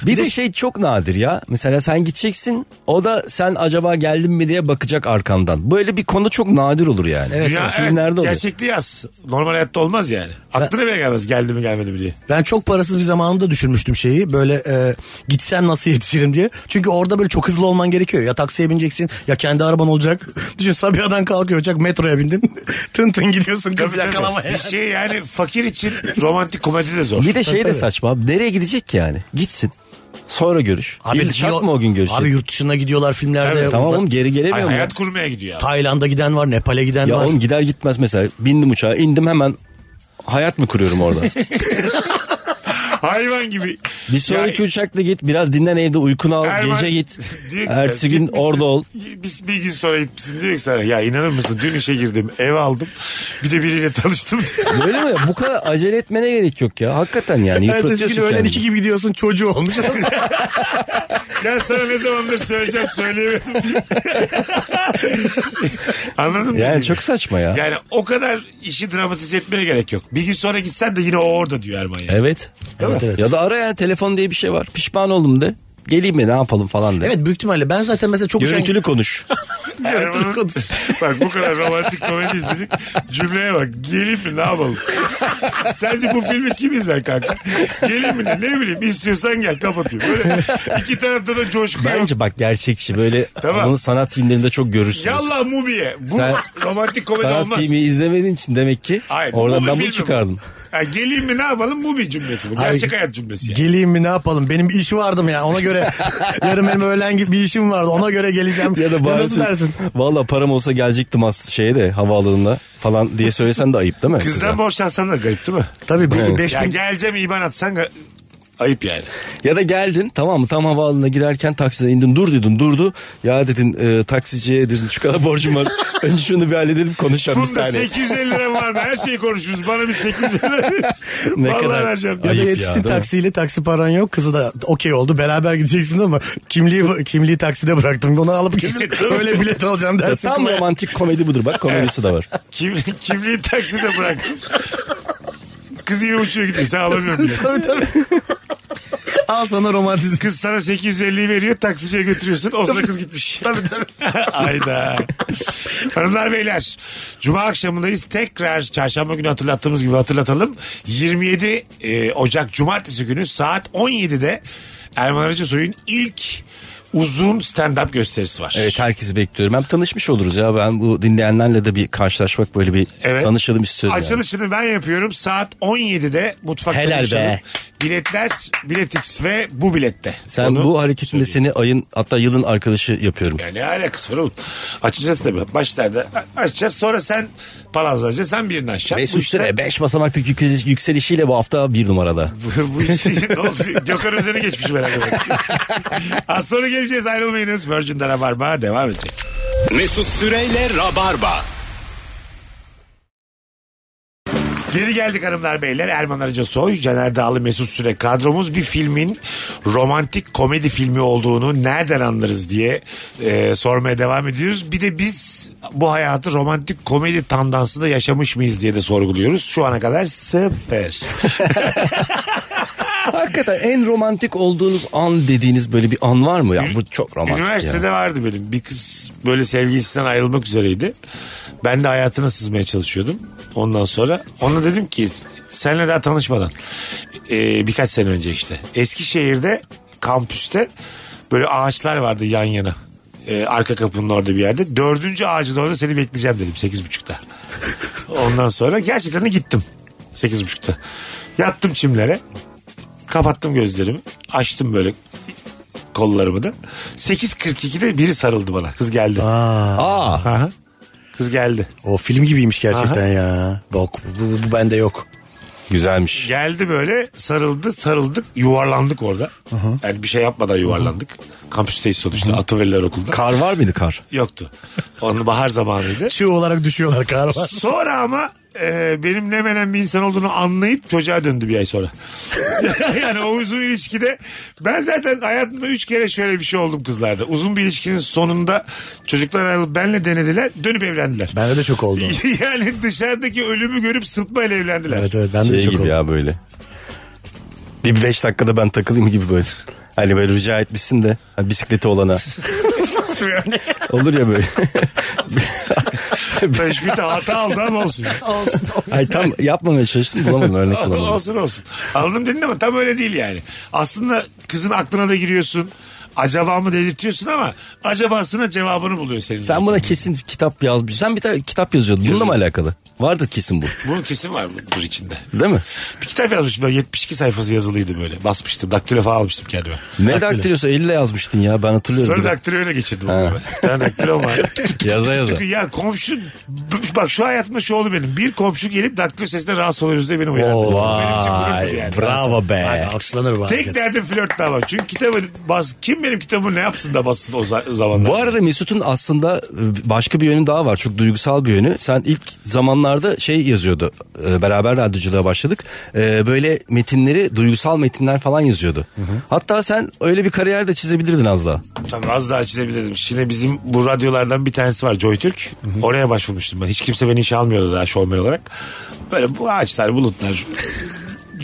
[SPEAKER 4] Bir de şey çok nadir ya. Mesela sen gideceksin o da sen acaba geldin mi diye bakacak arkandan. Böyle bir konu çok nadir olur yani.
[SPEAKER 5] Evet,
[SPEAKER 4] Bu
[SPEAKER 3] Ya,
[SPEAKER 4] filmlerde
[SPEAKER 3] evet,
[SPEAKER 4] oluyor.
[SPEAKER 3] gerçekliği yaz. Normal hayatta olmaz yani. Aklına bile gelmez geldi mi gelmedi mi diye.
[SPEAKER 5] Ben çok parasız bir zamanımda düşünmüştüm şeyi. Böyle e, gitsem nasıl yetişirim diye. Çünkü orada böyle çok hızlı olman gerekiyor. Ya taksiye bineceksin ya kendi araban olacak. Düşün Sabiha'dan kalkıyor uçak metroya bindin. tın tın gidiyorsun kız
[SPEAKER 3] Tabii, tabii.
[SPEAKER 5] yakalamaya.
[SPEAKER 3] Bir şey yani fakir için romantik komedi de zor.
[SPEAKER 4] Bir de şey de saçma. Nereye gidecek ki yani? Gitsin. Sonra görüş. Abi,
[SPEAKER 5] diyor-
[SPEAKER 4] mı o gün görüşecek? E,
[SPEAKER 5] Abi yurt dışına gidiyorlar filmlerde.
[SPEAKER 3] Tabii,
[SPEAKER 4] tamam
[SPEAKER 5] Uzak-
[SPEAKER 4] oğlum geri
[SPEAKER 3] Ay,
[SPEAKER 4] gelemiyor mu?
[SPEAKER 3] hayat kurmaya gidiyor. abi.
[SPEAKER 5] Tayland'a giden var Nepal'e giden
[SPEAKER 4] Ya
[SPEAKER 5] var.
[SPEAKER 4] oğlum gider gitmez mesela. Bindim uçağa indim hemen hayat mı kuruyorum orada?
[SPEAKER 3] Hayvan gibi.
[SPEAKER 4] Bir sonraki uçakla git biraz dinlen evde uykunu al
[SPEAKER 3] Erman-
[SPEAKER 4] gece git.
[SPEAKER 3] Diyor ki
[SPEAKER 4] Ertesi
[SPEAKER 3] sen,
[SPEAKER 4] gün
[SPEAKER 3] gitmişsin,
[SPEAKER 4] orada ol.
[SPEAKER 3] Biz bir gün sonra gitmişsin diyor ki sana ya inanır mısın dün işe girdim ev aldım bir de biriyle tanıştım diyor.
[SPEAKER 4] Böyle mi? Bu kadar acele etmene gerek yok ya. Hakikaten yani
[SPEAKER 5] Ertesi gün
[SPEAKER 4] yıpratıyorsun
[SPEAKER 5] öğlen
[SPEAKER 4] kendini.
[SPEAKER 5] iki gibi gidiyorsun çocuğu olmuş.
[SPEAKER 3] Ben sana ne zamandır söyleyeceğim söyleyemedim. Anladın mı?
[SPEAKER 4] Yani çok saçma ya.
[SPEAKER 3] Yani o kadar işi dramatize etmeye gerek yok. Bir gün sonra gitsen de yine o orada diyor Erman yani.
[SPEAKER 4] Evet.
[SPEAKER 5] Evet, evet.
[SPEAKER 4] Ya da ara ya telefon diye bir şey var. Pişman oldum de. Geleyim mi ne yapalım falan de.
[SPEAKER 5] evet büyük ihtimalle ben zaten mesela çok üşen-
[SPEAKER 4] Görüntülü konuş.
[SPEAKER 3] Erman'ın- bak bu kadar romantik komedi izledik. Cümleye bak. Gelin mi ne yapalım? Sence bu filmi kim izler kanka? Gelin mi ne, ne bileyim istiyorsan gel kapatıyor. Böyle iki tarafta da coşku yok.
[SPEAKER 4] Bence bak gerçekçi böyle
[SPEAKER 3] Tamam.
[SPEAKER 4] onun sanat filmlerinde çok görürsünüz.
[SPEAKER 3] Yallah Mubi'ye. Bu
[SPEAKER 4] Sen-
[SPEAKER 3] romantik komedi
[SPEAKER 4] sanat
[SPEAKER 3] olmaz.
[SPEAKER 4] filmi izlemediğin için demek ki
[SPEAKER 3] Hayır, bu
[SPEAKER 4] oradan
[SPEAKER 3] Mubi
[SPEAKER 4] ben bunu
[SPEAKER 3] filmi bu.
[SPEAKER 4] çıkardım.
[SPEAKER 3] Ha, geleyim mi ne yapalım Mubi cümlesi bu. Gerçek
[SPEAKER 5] Ay,
[SPEAKER 3] hayat cümlesi yani.
[SPEAKER 5] Geleyim mi ne yapalım? Benim bir iş vardım ya. Ona göre yarın benim öğlen gibi bir işim vardı. Ona göre geleceğim.
[SPEAKER 4] Ya da
[SPEAKER 5] nasıl dersin?
[SPEAKER 4] Valla param olsa gelecektim az şeye de havaalanına falan diye söylesen de ayıp değil mi?
[SPEAKER 3] Kızdan borçlansan da garip değil mi?
[SPEAKER 5] Tabii bir
[SPEAKER 4] Evet.
[SPEAKER 5] beş
[SPEAKER 3] Ya
[SPEAKER 5] bin
[SPEAKER 3] geleceğim iban atsan ga- ayıp yani.
[SPEAKER 4] Ya da geldin tamam mı tam havaalanına girerken taksiden indin dur dedim durdu. Ya dedin e, taksiciye dedim şu kadar borcum var. Önce şunu bir halledelim konuşacağım bir
[SPEAKER 3] Bunda
[SPEAKER 4] saniye.
[SPEAKER 3] 850 liram var mı? Her şeyi konuşuruz. Bana bir 850 lira verirsin.
[SPEAKER 4] Ne
[SPEAKER 3] Vallahi
[SPEAKER 4] kadar
[SPEAKER 3] vereceğim.
[SPEAKER 5] ya da
[SPEAKER 4] Ayıp ya,
[SPEAKER 5] yetiştin
[SPEAKER 4] değil mi?
[SPEAKER 5] taksiyle taksi paran yok. Kızı da okey oldu. Beraber gideceksin ama kimliği kimliği takside bıraktım. Onu alıp gidin. Öyle bilet alacağım
[SPEAKER 4] Ya
[SPEAKER 5] dersin.
[SPEAKER 4] Tam
[SPEAKER 5] kıza.
[SPEAKER 4] romantik komedi budur bak komedisi de var.
[SPEAKER 3] Kim, kimliği takside bıraktım. Kız yine uçuyor gidiyor. Sen alamıyorum bile.
[SPEAKER 5] tabii tabii. Al sana romantizm.
[SPEAKER 3] Kız sana 850'yi veriyor taksiciye götürüyorsun. O sıra kız gitmiş. tabii tabii. Ayda. Hanımlar beyler. Cuma akşamındayız. Tekrar çarşamba günü hatırlattığımız gibi hatırlatalım. 27 e, Ocak Cumartesi günü saat 17'de Erman Arıcı Soy'un ilk uzun stand-up gösterisi var.
[SPEAKER 4] Evet herkesi bekliyorum. Hem tanışmış oluruz ya ben bu dinleyenlerle de bir karşılaşmak böyle bir
[SPEAKER 3] Evet.
[SPEAKER 4] tanışalım istiyorum. yani.
[SPEAKER 3] Açılışını ben yapıyorum. Saat 17'de mutfakta
[SPEAKER 4] Helal
[SPEAKER 3] buluşalım.
[SPEAKER 4] be.
[SPEAKER 3] Biletler, biletix ve bu bilette.
[SPEAKER 4] Sen
[SPEAKER 3] Onu-
[SPEAKER 4] bu hareketinde seni ayın hatta yılın arkadaşı yapıyorum.
[SPEAKER 3] Ya ne alakası var oğlum? Açacağız tabii. Başlarda a- açacağız. Sonra sen palazlarca sen birini aşacaksın. Bu
[SPEAKER 4] Mesut
[SPEAKER 3] işte-
[SPEAKER 4] Süre 5 basamaklık yük- yükselişiyle bu hafta bir numarada.
[SPEAKER 3] bu iş ne oldu? Gökhan Özen'e geçmişim herhalde. ben. Az sonra geleceğiz ayrılmayınız. Virgin'de Rabarba devam edecek.
[SPEAKER 2] Mesut Süreyle Rabarba.
[SPEAKER 3] Geri geldik hanımlar beyler. Erman Arıca Soy, Caner Dağlı Mesut Süre kadromuz bir filmin romantik komedi filmi olduğunu nereden anlarız diye e, sormaya devam ediyoruz. Bir de biz bu hayatı romantik komedi tandansında yaşamış mıyız diye de sorguluyoruz. Şu ana kadar sıfır.
[SPEAKER 4] Hakikaten en romantik olduğunuz an dediğiniz böyle bir an var mı? Ya bu çok romantik. ya.
[SPEAKER 3] Üniversitede vardı benim. Bir kız böyle sevgilisinden ayrılmak üzereydi. Ben de hayatına sızmaya çalışıyordum. Ondan sonra ona dedim ki senle daha tanışmadan e, birkaç sene önce işte. Eskişehir'de kampüste böyle ağaçlar vardı yan yana. E, arka kapının orada bir yerde. Dördüncü ağacın orada seni bekleyeceğim dedim sekiz buçukta. Ondan sonra gerçekten de gittim. Sekiz buçukta. Yattım çimlere. Kapattım gözlerimi. Açtım böyle kollarımı da. 8.42'de biri sarıldı bana. Kız geldi.
[SPEAKER 4] Aa.
[SPEAKER 3] Aha. Kız geldi.
[SPEAKER 5] O film gibiymiş gerçekten ya. Bak bu, bu, bu bende yok.
[SPEAKER 4] Güzelmiş.
[SPEAKER 3] Geldi böyle sarıldı sarıldık yuvarlandık orada. Yani bir şey yapmadan yuvarlandık. Kampüsteyiz sonuçta atıverirler okulda.
[SPEAKER 4] Kar var mıydı kar?
[SPEAKER 3] Yoktu. Onun bahar zamanıydı.
[SPEAKER 5] Çığ olarak düşüyorlar kahraman.
[SPEAKER 3] Sonra ama e, benim ne menen bir insan olduğunu anlayıp çocuğa döndü bir ay sonra. yani o uzun ilişkide ben zaten hayatımda üç kere şöyle bir şey oldum kızlarda. Uzun bir ilişkinin sonunda çocuklar ayrılıp benle denediler dönüp evlendiler.
[SPEAKER 5] Bende de çok oldu. o.
[SPEAKER 3] yani dışarıdaki ölümü görüp sırtmayla evlendiler.
[SPEAKER 5] evet evet bende de
[SPEAKER 4] Şey
[SPEAKER 5] çok
[SPEAKER 4] gibi
[SPEAKER 5] oldu.
[SPEAKER 4] ya böyle. Bir beş dakikada ben takılayım gibi böyle. Hani böyle rica etmişsin de hani bisikleti olana. Olur ya böyle.
[SPEAKER 3] Teşbihte hata aldı ama olsun.
[SPEAKER 4] Ay tam yapmamaya çalıştım bulamadım örnek bulamadım.
[SPEAKER 3] olsun olsun. Anladım dedin ama tam öyle değil yani. Aslında kızın aklına da giriyorsun. Acaba mı dedirtiyorsun ama acabasına cevabını buluyor senin.
[SPEAKER 4] Sen buna kesin kitap yazmış. Sen bir tane kitap yazıyordun. Bununla mı alakalı? Vardı kesin bu.
[SPEAKER 3] Bunun kesin var mıdır içinde.
[SPEAKER 4] Değil mi?
[SPEAKER 3] Bir kitap yazmıştım ben 72 sayfası yazılıydı böyle. Basmıştım. Daktilo falan almıştım kendime.
[SPEAKER 4] Ne daktilosu elle yazmıştın ya ben hatırlıyorum.
[SPEAKER 3] Sonra
[SPEAKER 4] bir de.
[SPEAKER 3] daktiloya öyle geçirdim. onu ben. Bir tane daktilo var.
[SPEAKER 4] Yaza yaza.
[SPEAKER 3] ya komşu bak şu hayatımda şu oldu benim. Bir komşu gelip daktilo sesine rahatsız oluyoruz diye beni uyardı.
[SPEAKER 5] Oo,
[SPEAKER 3] benim için gururdu
[SPEAKER 4] Vay,
[SPEAKER 3] yani.
[SPEAKER 4] Bravo be.
[SPEAKER 5] Bak, alkışlanır bu
[SPEAKER 3] Tek
[SPEAKER 5] hareket.
[SPEAKER 3] derdim flört dava. Çünkü kitabı bas, kim benim kitabımı ne yapsın da bassın o za- o zamanlar.
[SPEAKER 4] Bu arada Mesut'un aslında e, başka bir yönü daha var. Çok duygusal bir yönü. Sen ilk zamanlarda şey yazıyordu. e, Beraber radyoculuğa başladık. E, Böyle metinleri, duygusal metinler falan yazıyordu. Hatta sen öyle bir kariyer de çizebilirdin az daha.
[SPEAKER 3] Tabii az daha çizebilirdim. Şimdi bizim bu radyolardan bir tanesi var JoyTürk. Oraya başvurmuştum ben. Hiç kimse beni işe almıyordu daha şovmen olarak. Böyle bu ağaçlar, bulutlar.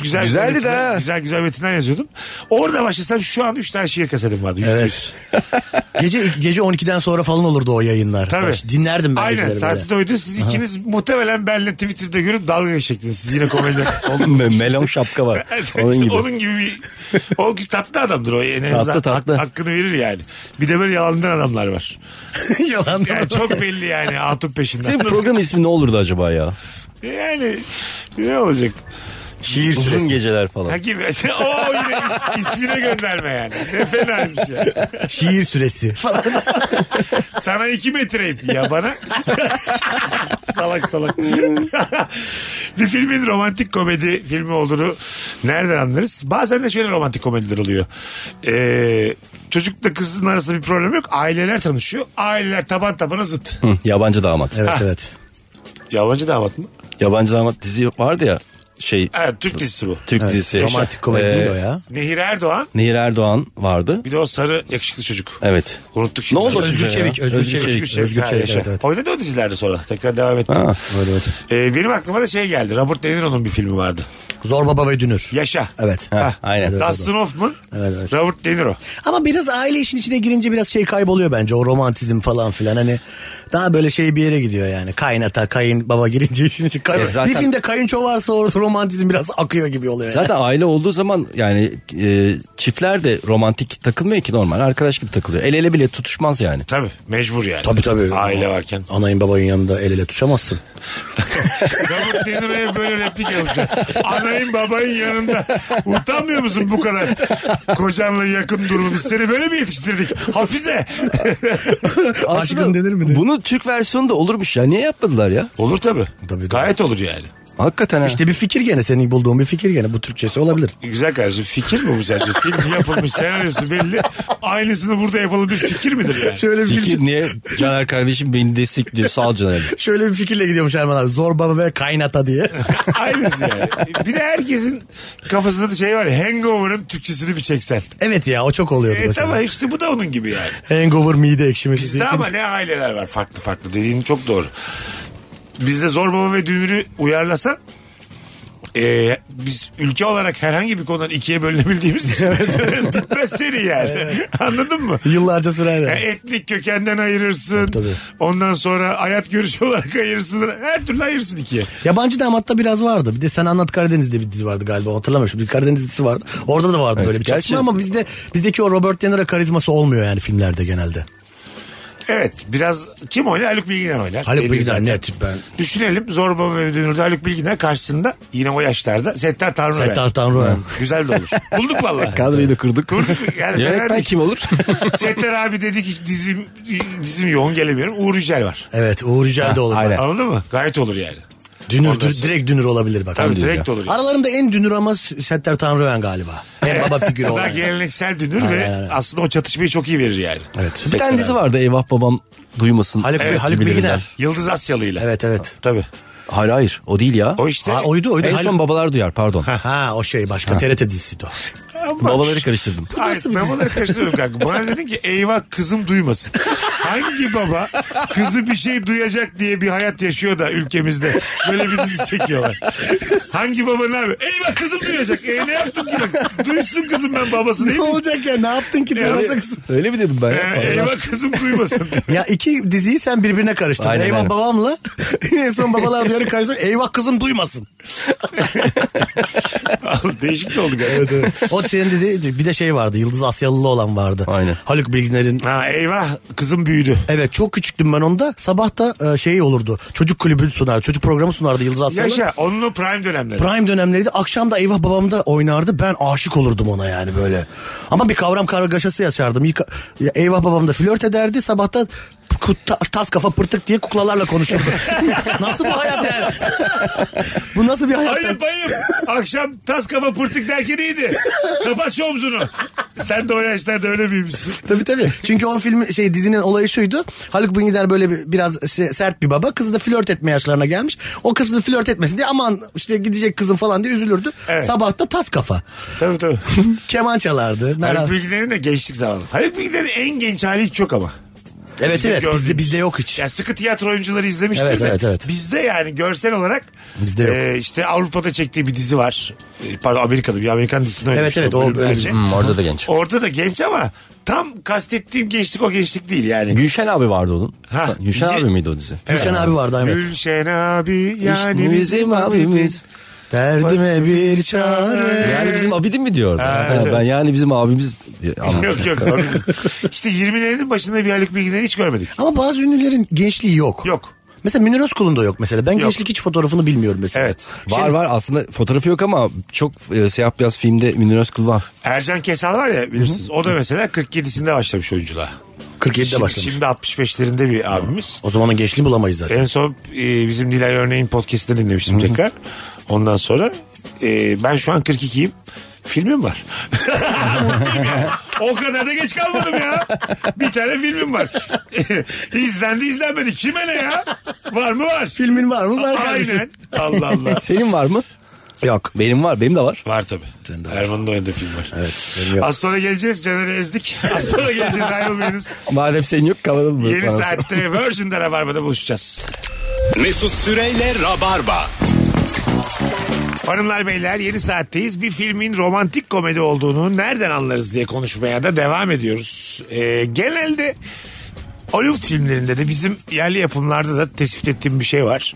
[SPEAKER 3] güzel
[SPEAKER 4] Güzeldi
[SPEAKER 3] metinler-
[SPEAKER 4] de ha.
[SPEAKER 3] Güzel güzel metinler yazıyordum. Orada başlasam şu an 3 tane şiir kasetim vardı. yüzde yüz.
[SPEAKER 5] Evet. gece gece 12'den sonra falan olurdu o yayınlar.
[SPEAKER 3] Tabii.
[SPEAKER 5] Baş- dinlerdim ben
[SPEAKER 3] Aynen
[SPEAKER 5] geceleri böyle.
[SPEAKER 3] saati doydu. Siz ikiniz muhtemelen benle Twitter'da görüp dalga geçecektiniz. Siz yine komedi oldunuz.
[SPEAKER 4] Melon şapka var.
[SPEAKER 3] Evet,
[SPEAKER 4] Onun
[SPEAKER 3] işte
[SPEAKER 4] gibi.
[SPEAKER 3] onun gibi bir o tatlı adamdır o en
[SPEAKER 4] Tatlı,
[SPEAKER 3] hak-
[SPEAKER 4] tatlı.
[SPEAKER 3] hakkını verir yani. Bir de böyle yalandan adamlar var.
[SPEAKER 5] Yalan.
[SPEAKER 3] Yani çok belli yani hatun peşinden.
[SPEAKER 4] Senin program ismi ne olurdu acaba ya?
[SPEAKER 3] Yani ne olacak?
[SPEAKER 5] Şiir
[SPEAKER 4] Uzun
[SPEAKER 5] süresi.
[SPEAKER 4] geceler falan.
[SPEAKER 3] Ha gibi. o yine is- ismine gönderme yani. Ne fenaymış ya.
[SPEAKER 5] Şiir süresi.
[SPEAKER 3] Sana iki metreyim ya bana. salak salak. bir filmin romantik komedi filmi olduğunu nereden anlarız? Bazen de şöyle romantik komediler oluyor. Ee, çocukla kızın arasında bir problem yok. Aileler tanışıyor. Aileler taban tabana zıt.
[SPEAKER 4] Hı, Yabancı damat.
[SPEAKER 5] Evet evet.
[SPEAKER 3] Yabancı damat mı?
[SPEAKER 4] Yabancı damat dizi vardı ya şey
[SPEAKER 3] Evet Türk dizisi bu.
[SPEAKER 4] Türk dizisi.
[SPEAKER 5] Romantik komedi
[SPEAKER 4] Ee,
[SPEAKER 5] değil o ya.
[SPEAKER 3] Nehir Erdoğan.
[SPEAKER 4] Nehir Erdoğan vardı.
[SPEAKER 3] Bir de o sarı yakışıklı çocuk.
[SPEAKER 4] Evet.
[SPEAKER 3] Unuttuk şimdi.
[SPEAKER 4] Ne oldu?
[SPEAKER 5] Özgür
[SPEAKER 4] Ya.
[SPEAKER 5] Çevik, Özgür,
[SPEAKER 4] Özgür
[SPEAKER 5] Çevik.
[SPEAKER 4] Çevik.
[SPEAKER 5] Özgür Çevik.
[SPEAKER 3] Ha, yaşa.
[SPEAKER 5] evet, evet.
[SPEAKER 3] Oynadı o dizilerde sonra. Tekrar devam etti.
[SPEAKER 4] Ha.
[SPEAKER 3] Ee, benim aklıma da şey geldi. Robert De Niro'nun bir filmi vardı.
[SPEAKER 5] Zor Baba ve Dünür.
[SPEAKER 3] Yaşa.
[SPEAKER 5] Evet.
[SPEAKER 4] Ha, aynen.
[SPEAKER 5] Evet,
[SPEAKER 3] Dustin Hoffman,
[SPEAKER 5] Evet, evet.
[SPEAKER 3] Robert De Niro.
[SPEAKER 5] Ama biraz aile işin içine girince biraz şey kayboluyor bence o romantizm falan filan hani daha böyle şey bir yere gidiyor yani kaynata kayın baba girince işin içine kay-
[SPEAKER 4] E zaten-
[SPEAKER 5] bir filmde kayınço varsa orada romantizm biraz akıyor gibi oluyor yani.
[SPEAKER 4] Zaten aile olduğu zaman yani e, çiftler de romantik takılmıyor ki normal arkadaş gibi takılıyor. El ele bile tutuşmaz yani.
[SPEAKER 3] Tabii mecbur yani.
[SPEAKER 5] Tabii tabii.
[SPEAKER 3] Aile varken.
[SPEAKER 5] Anayın babayın yanında el ele tutuşamazsın.
[SPEAKER 3] Robert De Niro'ya böyle replik yapacak. Ana anayın babayın yanında. Utanmıyor musun bu kadar kocanla yakın durumu? Biz seni böyle mi yetiştirdik? Hafize.
[SPEAKER 5] Aşkım denir mi?
[SPEAKER 4] Bunun Türk versiyonu da olurmuş ya. Niye yapmadılar ya?
[SPEAKER 3] olur tabii. Gayet olur yani.
[SPEAKER 4] Hakikaten ha.
[SPEAKER 5] İşte bir fikir gene senin bulduğun bir fikir gene bu Türkçesi olabilir.
[SPEAKER 3] Güzel kardeşim fikir mi bu sence? Film yapılmış senaryosu belli. Aynısını burada yapalım bir fikir midir yani?
[SPEAKER 5] Şöyle bir fikir,
[SPEAKER 4] Fikir niye Caner kardeşim beni destekliyor sağ ol Caner.
[SPEAKER 5] şöyle bir fikirle gidiyormuş Erman abi. Zorba ve kaynata diye.
[SPEAKER 3] Aynısı yani. Bir de herkesin kafasında da şey var ya hangover'ın Türkçesini bir çeksen.
[SPEAKER 5] evet ya o çok oluyordu
[SPEAKER 3] E
[SPEAKER 5] mesela.
[SPEAKER 3] tamam işte bu da onun gibi yani.
[SPEAKER 5] Hangover mide ekşimesi.
[SPEAKER 3] Bizde ama ne aileler var farklı farklı dediğin çok doğru. Bizde zor baba ve dünürü uyarlasan e, biz ülke olarak herhangi bir konudan ikiye bölünebildiğimiz için bitmez seri yani. Anladın mı?
[SPEAKER 5] Yıllarca sürer
[SPEAKER 3] Ya e-
[SPEAKER 5] yani.
[SPEAKER 3] etnik kökenden ayırırsın.
[SPEAKER 5] Tabii, tabii.
[SPEAKER 3] Ondan sonra hayat görüşü olarak ayırırsın. Her türlü ayırırsın ikiye.
[SPEAKER 5] Yabancı damatta biraz vardı. Bir de sen anlat Karadeniz'de bir dizi vardı galiba. Hatırlamıyorum şimdi. Bir Karadeniz dizisi vardı. Orada da vardı böyle bir
[SPEAKER 4] gerçi-
[SPEAKER 5] çatışma ama bizde bizdeki o Robert De Niro karizması olmuyor yani filmlerde genelde.
[SPEAKER 3] Evet biraz kim oynar? Haluk Bilginer oynar.
[SPEAKER 5] Haluk
[SPEAKER 3] Belli
[SPEAKER 5] Bilginer
[SPEAKER 3] zaten.
[SPEAKER 5] net ben.
[SPEAKER 3] Düşünelim Zorba ve Dünür'de Haluk Bilginer karşısında yine o yaşlarda Settar Tanrıver.
[SPEAKER 5] Settar Tanrıver.
[SPEAKER 3] Güzel de olur. Bulduk vallahi.
[SPEAKER 4] Kadroyu da kurduk.
[SPEAKER 3] Kurduk. Yani fena
[SPEAKER 4] Yönetmen
[SPEAKER 3] değil.
[SPEAKER 4] kim olur?
[SPEAKER 3] Settar abi dedi ki dizim, dizim yoğun gelemiyorum. Uğur Yücel var.
[SPEAKER 5] Evet Uğur Yücel de olur.
[SPEAKER 4] aynen.
[SPEAKER 5] bak.
[SPEAKER 3] Anladın mı? Gayet olur yani.
[SPEAKER 5] Dünür,
[SPEAKER 3] Ondan
[SPEAKER 5] dür-
[SPEAKER 3] sonra-
[SPEAKER 5] direkt dünür olabilir bak.
[SPEAKER 3] Tabii direkt olur. Yani.
[SPEAKER 5] Aralarında en dünür ama Settar Tanrıören galiba. En baba figürü
[SPEAKER 3] Daha
[SPEAKER 5] olan.
[SPEAKER 3] geleneksel dünür ve
[SPEAKER 5] Aynen, aynen.
[SPEAKER 3] aslında o çatışmayı çok iyi verir yani.
[SPEAKER 5] Evet.
[SPEAKER 4] bir tane dizi vardı eyvah babam duymasın.
[SPEAKER 5] Haluk,
[SPEAKER 3] Evet,
[SPEAKER 5] Haluk
[SPEAKER 4] birilerinden.
[SPEAKER 5] Bilginer.
[SPEAKER 3] Yıldız Asyalı ile.
[SPEAKER 5] Evet evet.
[SPEAKER 3] Tabii.
[SPEAKER 4] Hayır hayır o değil ya.
[SPEAKER 3] O işte.
[SPEAKER 5] Ha, oydu oydu.
[SPEAKER 4] en
[SPEAKER 5] Haluk-
[SPEAKER 4] son babalar duyar pardon.
[SPEAKER 5] Ha o şey başka TRT dizisiydi o.
[SPEAKER 3] Ama-
[SPEAKER 4] Babaları karıştırdım.
[SPEAKER 3] Hayır,
[SPEAKER 5] nasıl bir
[SPEAKER 3] ben
[SPEAKER 5] dizi?
[SPEAKER 3] bunları karıştırıyorum kanka. Bana dedin ki eyvah kızım duymasın. Hangi baba kızı bir şey duyacak diye bir hayat yaşıyor da ülkemizde böyle bir dizi çekiyorlar. Hangi baba ne yapıyor? Eyvah kızım duyacak. E ne yaptın ki? bak? Duysun kızım ben babası değil
[SPEAKER 5] Ne
[SPEAKER 3] mi?
[SPEAKER 5] olacak ya ne yaptın ki?
[SPEAKER 3] Evet.
[SPEAKER 5] Temas'a kızın.
[SPEAKER 4] Öyle mi dedim ben? ya?
[SPEAKER 3] E, eyvah kızım duymasın.
[SPEAKER 5] Ya iki diziyi sen birbirine karıştırdın.
[SPEAKER 4] Aynen,
[SPEAKER 5] eyvah
[SPEAKER 4] aynen.
[SPEAKER 5] babamla en son babalar duyarı karıştırdın. Eyvah kızım duymasın.
[SPEAKER 3] Al, Değişik de oldu galiba.
[SPEAKER 5] o senin dediği bir de şey vardı. Yıldız Asyalılı olan vardı.
[SPEAKER 4] Aynen.
[SPEAKER 5] Haluk Bilginer'in.
[SPEAKER 3] Ha eyvah kızım büyüdü.
[SPEAKER 5] Evet çok küçüktüm ben onda. Sabah da e, şey olurdu. Çocuk kulübü sunardı. Çocuk programı sunardı Yıldız Asyalı.
[SPEAKER 3] Yaşa onun o prime dönemleri.
[SPEAKER 5] Prime dönemleriydi. Akşam da Eyvah Babam'da oynardı. Ben aşık olurdum ona yani böyle. Ama bir kavram kargaşası yaşardım. Yıka- Ya Eyvah Babam'da flört ederdi. Sabahta ku- ta- tas kafa pırtık diye kuklalarla konuşurdu. nasıl bu hayat yani? bu nasıl bir hayat?
[SPEAKER 3] Ayıp ayıp. Akşam tas kafa pırtık derken iyiydi. Kapat şu omzunu. Sen de o yaşlarda öyle büyümüşsün.
[SPEAKER 5] Tabii tabii. Çünkü o film şey dizinin olayı şuydu. Haluk Bilginer böyle bir, biraz şey, sert bir baba. Kızı da flört etme yaşlarına gelmiş. O kızı da flört etmesin diye aman işte gidecek kızım falan diye üzülürdü.
[SPEAKER 3] Evet.
[SPEAKER 5] Sabahta tas kafa.
[SPEAKER 3] Tabii tabii.
[SPEAKER 5] Keman çalardı.
[SPEAKER 3] Haluk
[SPEAKER 5] Merhaba.
[SPEAKER 3] Bilginer'in de gençlik zamanı. Haluk Bilginer'in en genç hali hiç yok ama.
[SPEAKER 5] Evet
[SPEAKER 3] Bizim
[SPEAKER 5] evet bizde,
[SPEAKER 3] gördüğümüz.
[SPEAKER 5] bizde yok hiç.
[SPEAKER 3] Ya sıkı tiyatro oyuncuları izlemiştir
[SPEAKER 5] Evet,
[SPEAKER 3] de.
[SPEAKER 5] evet, evet.
[SPEAKER 3] Bizde yani görsel olarak
[SPEAKER 5] Bizde yok.
[SPEAKER 3] e, işte Avrupa'da çektiği bir dizi var. E, Pardon Amerika'da bir Amerikan dizisinde oynamış.
[SPEAKER 5] Evet, evet, o böyle bir-
[SPEAKER 4] Hmm, orada da genç.
[SPEAKER 3] Orada da genç ama tam kastettiğim gençlik o gençlik değil yani.
[SPEAKER 4] Gülşen abi vardı onun.
[SPEAKER 3] Ha.
[SPEAKER 4] Gülşen
[SPEAKER 3] Bizi-
[SPEAKER 4] abi miydi o dizi?
[SPEAKER 5] Gülşen abi vardı evet.
[SPEAKER 3] Gülşen abi yani bizim abimiz.
[SPEAKER 5] Derdime bir çare.
[SPEAKER 4] Yani bizim abidim mi diyor?
[SPEAKER 3] Ha,
[SPEAKER 4] Ha,
[SPEAKER 3] evet,
[SPEAKER 4] ben yani bizim abimiz diye anladım.
[SPEAKER 3] yok yok. abi. işte 20'lerin başında bir Haluk Bilginer'i hiç görmedik.
[SPEAKER 5] Ama bazı ünlülerin gençliği yok.
[SPEAKER 3] Yok.
[SPEAKER 5] Mesela Münir Özkul'un da yok mesela. Ben gençlik hiç fotoğrafını bilmiyorum mesela.
[SPEAKER 3] Evet.
[SPEAKER 4] Var var aslında fotoğrafı yok ama çok e, siyah beyaz filmde Münir Özkul var.
[SPEAKER 3] Ercan Kesal var ya bilirsiniz. O da mesela 47'sinde başlamış oyunculuğa.
[SPEAKER 5] 47'de
[SPEAKER 3] Şimdi,
[SPEAKER 5] başlamış.
[SPEAKER 3] şimdi 65'lerinde bir abimiz.
[SPEAKER 5] O zamanın gençliği bulamayız zaten.
[SPEAKER 3] En son e, bizim Nilay Örneğin podcast'te dinlemiştim tekrar. Ondan sonra e, ben şu an 42'yim. Filmim var. Mutluyum ya. O kadar da geç kalmadım ya. Bir tane filmim var. İzlendi izlenmedi. Kime ne ya? Var mı var?
[SPEAKER 5] Filmin var mı? Var kardeşim.
[SPEAKER 3] Aynen. Allah Allah.
[SPEAKER 4] Senin var mı?
[SPEAKER 5] Yok.
[SPEAKER 4] Benim var benim de var.
[SPEAKER 3] Var tabii.
[SPEAKER 5] Sen de var.
[SPEAKER 3] Erman'ın da oynadığı film var.
[SPEAKER 5] Evet, benim yok.
[SPEAKER 3] Az sonra geleceğiz. Caner'i ezdik. Az sonra geleceğiz. Ayrılmayınız.
[SPEAKER 4] Madem senin yok kalalım.
[SPEAKER 3] Yeni saatte Virgin'de Rabarba'da buluşacağız.
[SPEAKER 2] Mesut Süreyle Rabarba.
[SPEAKER 3] Hanımlar beyler yeni saatteyiz. Bir filmin romantik komedi olduğunu nereden anlarız diye konuşmaya da devam ediyoruz. Ee, genelde Hollywood filmlerinde de bizim yerli yapımlarda da tespit ettiğim bir şey var.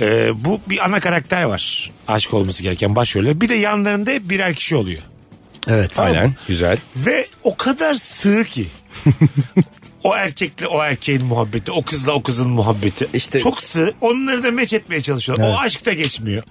[SPEAKER 3] Ee, bu bir ana karakter var. Aşık olması gereken başrolü. Bir de yanlarında hep birer kişi oluyor.
[SPEAKER 5] Evet.
[SPEAKER 4] Aynen güzel.
[SPEAKER 3] Ve o kadar sığ ki. O erkekle o erkeğin muhabbeti, o kızla o kızın muhabbeti.
[SPEAKER 4] İşte-
[SPEAKER 3] Çok sığ. Onları da meç etmeye çalışıyorlar. O aşk da geçmiyor.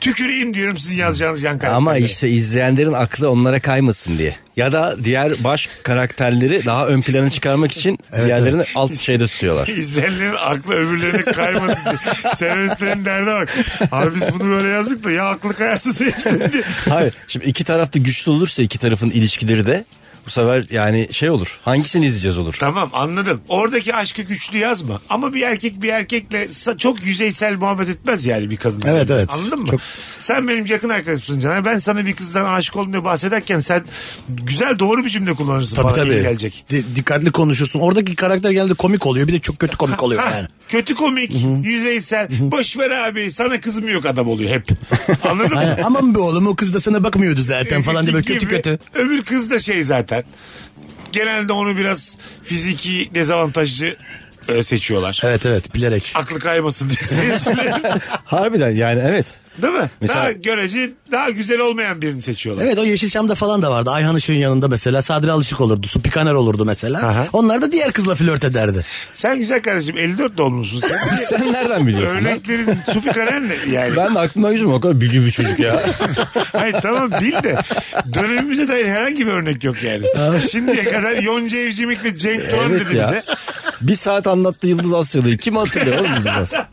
[SPEAKER 3] Tüküreyim diyorum sizin yazacağınız yan karakterlere.
[SPEAKER 4] Ama işte izleyenlerin aklı onlara kaymasın diye. Ya da diğer baş karakterleri daha ön plana çıkarmak için diğerlerini alt şeyde tutuyorlar.
[SPEAKER 3] İzleyenlerin aklı öbürlerine kaymasın diye. Senaristlerin derdi bak. Abi biz bunu böyle yazdık da ya aklı kayarsa seçtim diye.
[SPEAKER 4] Hayır. Şimdi iki taraf da güçlü olursa iki tarafın ilişkileri de bu sefer yani şey olur. Hangisini izleyeceğiz olur.
[SPEAKER 3] Tamam anladım. Oradaki aşkı güçlü yazma. Ama bir erkek bir erkekle sa- çok yüzeysel muhabbet etmez yani bir kadın.
[SPEAKER 5] Evet, evet.
[SPEAKER 3] Anladın mı?
[SPEAKER 5] Çok-
[SPEAKER 3] Sen benim yakın arkadaşımsın Caner. Ben sana bir kızdan aşık oldum diye bahsederken sen güzel doğru bir cümle kullanırsın.
[SPEAKER 5] Tabii
[SPEAKER 3] bana iyi
[SPEAKER 5] tabii.
[SPEAKER 3] gelecek.
[SPEAKER 5] Di- dikkatli konuşursun. Oradaki karakter geldi komik oluyor. Bir de çok kötü komik oluyor
[SPEAKER 3] Ha,
[SPEAKER 5] yani.
[SPEAKER 3] Kötü komik, yüzeysel. Boş ver abi sana kızım yok adam oluyor hep. Anladın mı?
[SPEAKER 5] Aynen. Aman be oğlum o kız da sana bakmıyordu zaten falan diye böyle E, kötü
[SPEAKER 3] Gibi.
[SPEAKER 5] kötü.
[SPEAKER 3] Öbür kız da şey zaten. Genelde onu biraz fiziki dezavantajlı e, seçiyorlar.
[SPEAKER 5] Evet evet bilerek.
[SPEAKER 3] Aklı kaymasın diye seyircilerin.
[SPEAKER 4] Harbiden yani evet.
[SPEAKER 3] Değil mi?
[SPEAKER 4] Mesela-
[SPEAKER 3] Daha görece daha güzel olmayan birini seçiyorlar.
[SPEAKER 5] Evet o Yeşilçam'da falan da vardı. Ayhan Işık'ın yanında mesela Sadri Alışık olurdu. Su Pikaner olurdu mesela.
[SPEAKER 3] Aha.
[SPEAKER 5] Onlar da diğer kızla flört ederdi.
[SPEAKER 3] Sen güzel kardeşim 54 doğumlusun sen.
[SPEAKER 4] Sen nereden biliyorsun lan?
[SPEAKER 3] Örneklerin supikanen ne yani?
[SPEAKER 4] Ben de aklımdan yüzüm o kadar bilgi bir çocuk ya.
[SPEAKER 3] Hayır tamam bil de dönemimize dair herhangi bir örnek yok yani. Şimdiye kadar Yonca Evcimik'le Cenk Doğan
[SPEAKER 4] evet
[SPEAKER 3] dedi bize.
[SPEAKER 4] ya. Bir saat anlattı Yıldız Asyalı'yı. Kim hatırlıyor oğlum Yıldız Asyalı?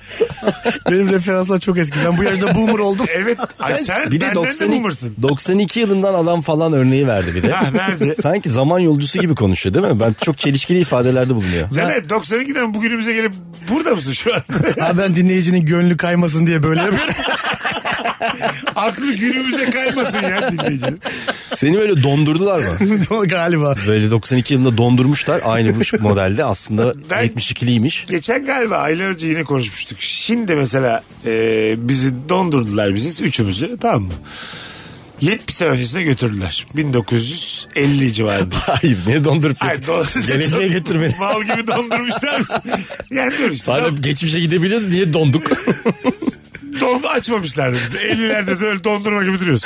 [SPEAKER 5] Benim referanslar çok eski. Ben bu yaşta boomer oldum.
[SPEAKER 3] Evet ay sen
[SPEAKER 4] bir de
[SPEAKER 3] benden
[SPEAKER 4] 90,
[SPEAKER 3] de bulmursun.
[SPEAKER 4] 92 yılından adam falan örneği verdi bir de.
[SPEAKER 3] Ha, verdi.
[SPEAKER 4] Sanki zaman yolcusu gibi konuşuyor değil mi? Ben çok çelişkili ifadelerde bulunuyor.
[SPEAKER 3] Evet 92'den bugünümüze gelip burada mısın şu an?
[SPEAKER 5] Ha, ben dinleyicinin gönlü kaymasın diye böyle yapıyorum.
[SPEAKER 3] Aklı günümüze kaymasın ya dinleyicinin.
[SPEAKER 4] Seni böyle dondurdular mı?
[SPEAKER 5] Galiba.
[SPEAKER 4] Böyle 92 yılında dondurmuşlar aynı bu modelde aslında
[SPEAKER 3] Ben-
[SPEAKER 4] 72'liymiş.
[SPEAKER 3] Geçen galiba aylar önce yine konuşmuştuk. Şimdi mesela e, bizi dondurdular bizi üçümüzü tamam mı? 70 sene öncesine götürdüler. 1950 civarında.
[SPEAKER 4] Hayır niye dondurup
[SPEAKER 3] Ay, don-
[SPEAKER 4] götür- geleceğe götürmedi.
[SPEAKER 3] Mal gibi dondurmuşlar bizi. Yani dur işte.
[SPEAKER 4] Madem geçmişe gidebiliriz niye donduk?
[SPEAKER 3] Don, açmamışlardı bizi. 50'lerde de öyle dondurma gibi duruyoruz.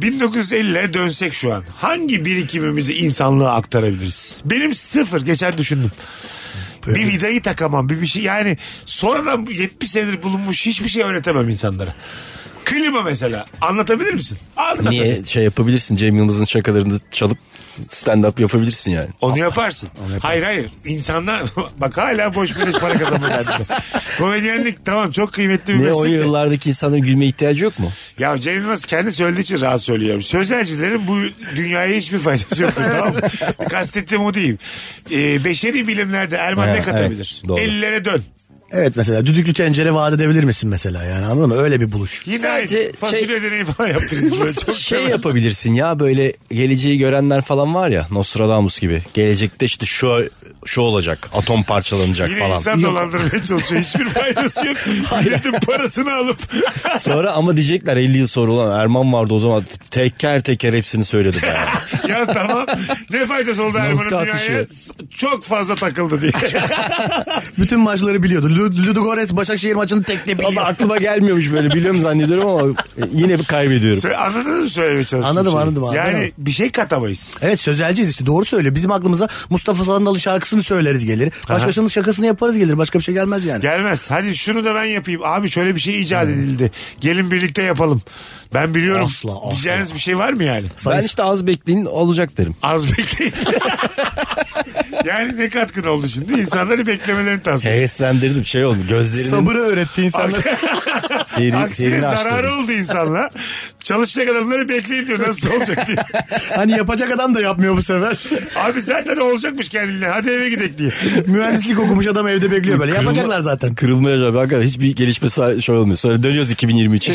[SPEAKER 3] 1950'lere dönsek şu an. Hangi birikimimizi insanlığa aktarabiliriz? Benim sıfır. Geçen düşündüm. Bir vidayı takamam. Bir, bir şey. Yani sonradan bu 70 senedir bulunmuş hiçbir şey öğretemem insanlara. Klima mesela. Anlatabilir misin? Anlat.
[SPEAKER 4] niye şey yapabilirsin Cem Yılmaz'ın şakalarını çalıp stand up yapabilirsin yani.
[SPEAKER 3] Onu yaparsın. hayır hayır. İnsanlar bak hala boş beleş para kazanma derdinde. Komedyenlik tamam çok kıymetli bir
[SPEAKER 4] Niye o
[SPEAKER 3] meslek. de.
[SPEAKER 4] yıllardaki insanın gülme ihtiyacı yok mu?
[SPEAKER 3] Ya Cem Yılmaz kendi söylediği için rahat söylüyorum. Sözelcilerin bu dünyaya hiçbir faydası yoktur tamam mı? Kastettiğim o değil. Ee, beşeri bilimlerde Erman
[SPEAKER 4] Ha,
[SPEAKER 3] ne katabilir?
[SPEAKER 4] evet, doğru.
[SPEAKER 3] Ellere dön.
[SPEAKER 5] Evet mesela düdüklü tencere vaat edebilir misin mesela yani anladın mı? Öyle bir buluş.
[SPEAKER 3] Yine
[SPEAKER 4] Sadece
[SPEAKER 3] aynı. fasulye deneyi falan yaptınız. Böyle çok
[SPEAKER 4] şey yapabilirsin ya böyle geleceği görenler falan var ya Nostradamus gibi. Gelecekte işte şu şu olacak atom parçalanacak
[SPEAKER 3] Yine
[SPEAKER 4] falan.
[SPEAKER 3] insan dolandırmaya çalışıyor. Hiçbir faydası yok. Milletin parasını alıp.
[SPEAKER 4] Sonra ama diyecekler 50 yıl sonra ulan Erman vardı o zaman teker teker hepsini söyledi bayağı.
[SPEAKER 3] ya tamam. Ne faydası oldu Erman'ın
[SPEAKER 4] Nokta
[SPEAKER 3] dünyaya?
[SPEAKER 4] atışı.
[SPEAKER 3] Çok fazla takıldı diye.
[SPEAKER 5] Bütün maçları biliyordu. Lud- Ludogorets Başakşehir maçını tekle
[SPEAKER 4] Ama
[SPEAKER 5] biliyor.
[SPEAKER 4] aklıma gelmiyormuş böyle biliyorum zannediyorum ama yine bir kaybediyorum.
[SPEAKER 3] Sö- Anladın mı söylemeye çalıştığım
[SPEAKER 5] Anladım,
[SPEAKER 3] şeyi?
[SPEAKER 5] anladım, anladım.
[SPEAKER 3] Yani bir şey katamayız.
[SPEAKER 5] Evet sözelciyiz işte doğru söylüyor. Bizim aklımıza Mustafa Sandal'ın şarkısını söyleriz gelir. Başkasının şakasını yaparız gelir. Başka bir şey gelmez yani.
[SPEAKER 3] Gelmez. Hadi şunu da ben yapayım. Abi şöyle bir şey icat edildi. Gelin birlikte yapalım. Ben biliyorum.
[SPEAKER 5] Asla, asla.
[SPEAKER 3] Diyeceğiniz bir şey var mı yani?
[SPEAKER 4] Ben işte az bekleyin olacak derim.
[SPEAKER 3] Az bekleyin. yani ne katkın oldu şimdi? İnsanları beklemelerini tavsiye ederim.
[SPEAKER 4] Heveslendirdim şey oldu gözlerinin
[SPEAKER 5] Sabırı öğretti insanlara.
[SPEAKER 4] deri-
[SPEAKER 3] Aksine
[SPEAKER 4] derini
[SPEAKER 3] zararı
[SPEAKER 4] açtırdım.
[SPEAKER 3] oldu insanla. Çalışacak adamları bekleyin diyor. Nasıl olacak diye.
[SPEAKER 5] hani yapacak adam da yapmıyor bu sefer.
[SPEAKER 3] Abi zaten olacakmış kendine. Hadi eve gidelim diye.
[SPEAKER 5] Mühendislik okumuş adam evde bekliyor böyle. Yapacaklar zaten.
[SPEAKER 4] Kırılmaya cevap. Hakikaten hiçbir gelişme sa- şey olmuyor. Sonra dönüyoruz 2023'e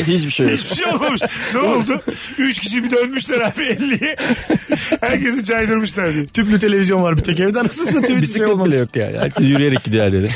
[SPEAKER 4] hiçbir şey yok.
[SPEAKER 3] Hiçbir şey olmamış. Ne oldu? Üç kişi bir dönmüşler abi 50'ye. Herkesi caydırmışlar diye.
[SPEAKER 5] Tüplü televizyon var bir tek evde anasını satayım. hiçbir şey
[SPEAKER 4] Bisiklet
[SPEAKER 5] olmamış.
[SPEAKER 4] bile yok yani. Herkes yürüyerek gidiyor her yere.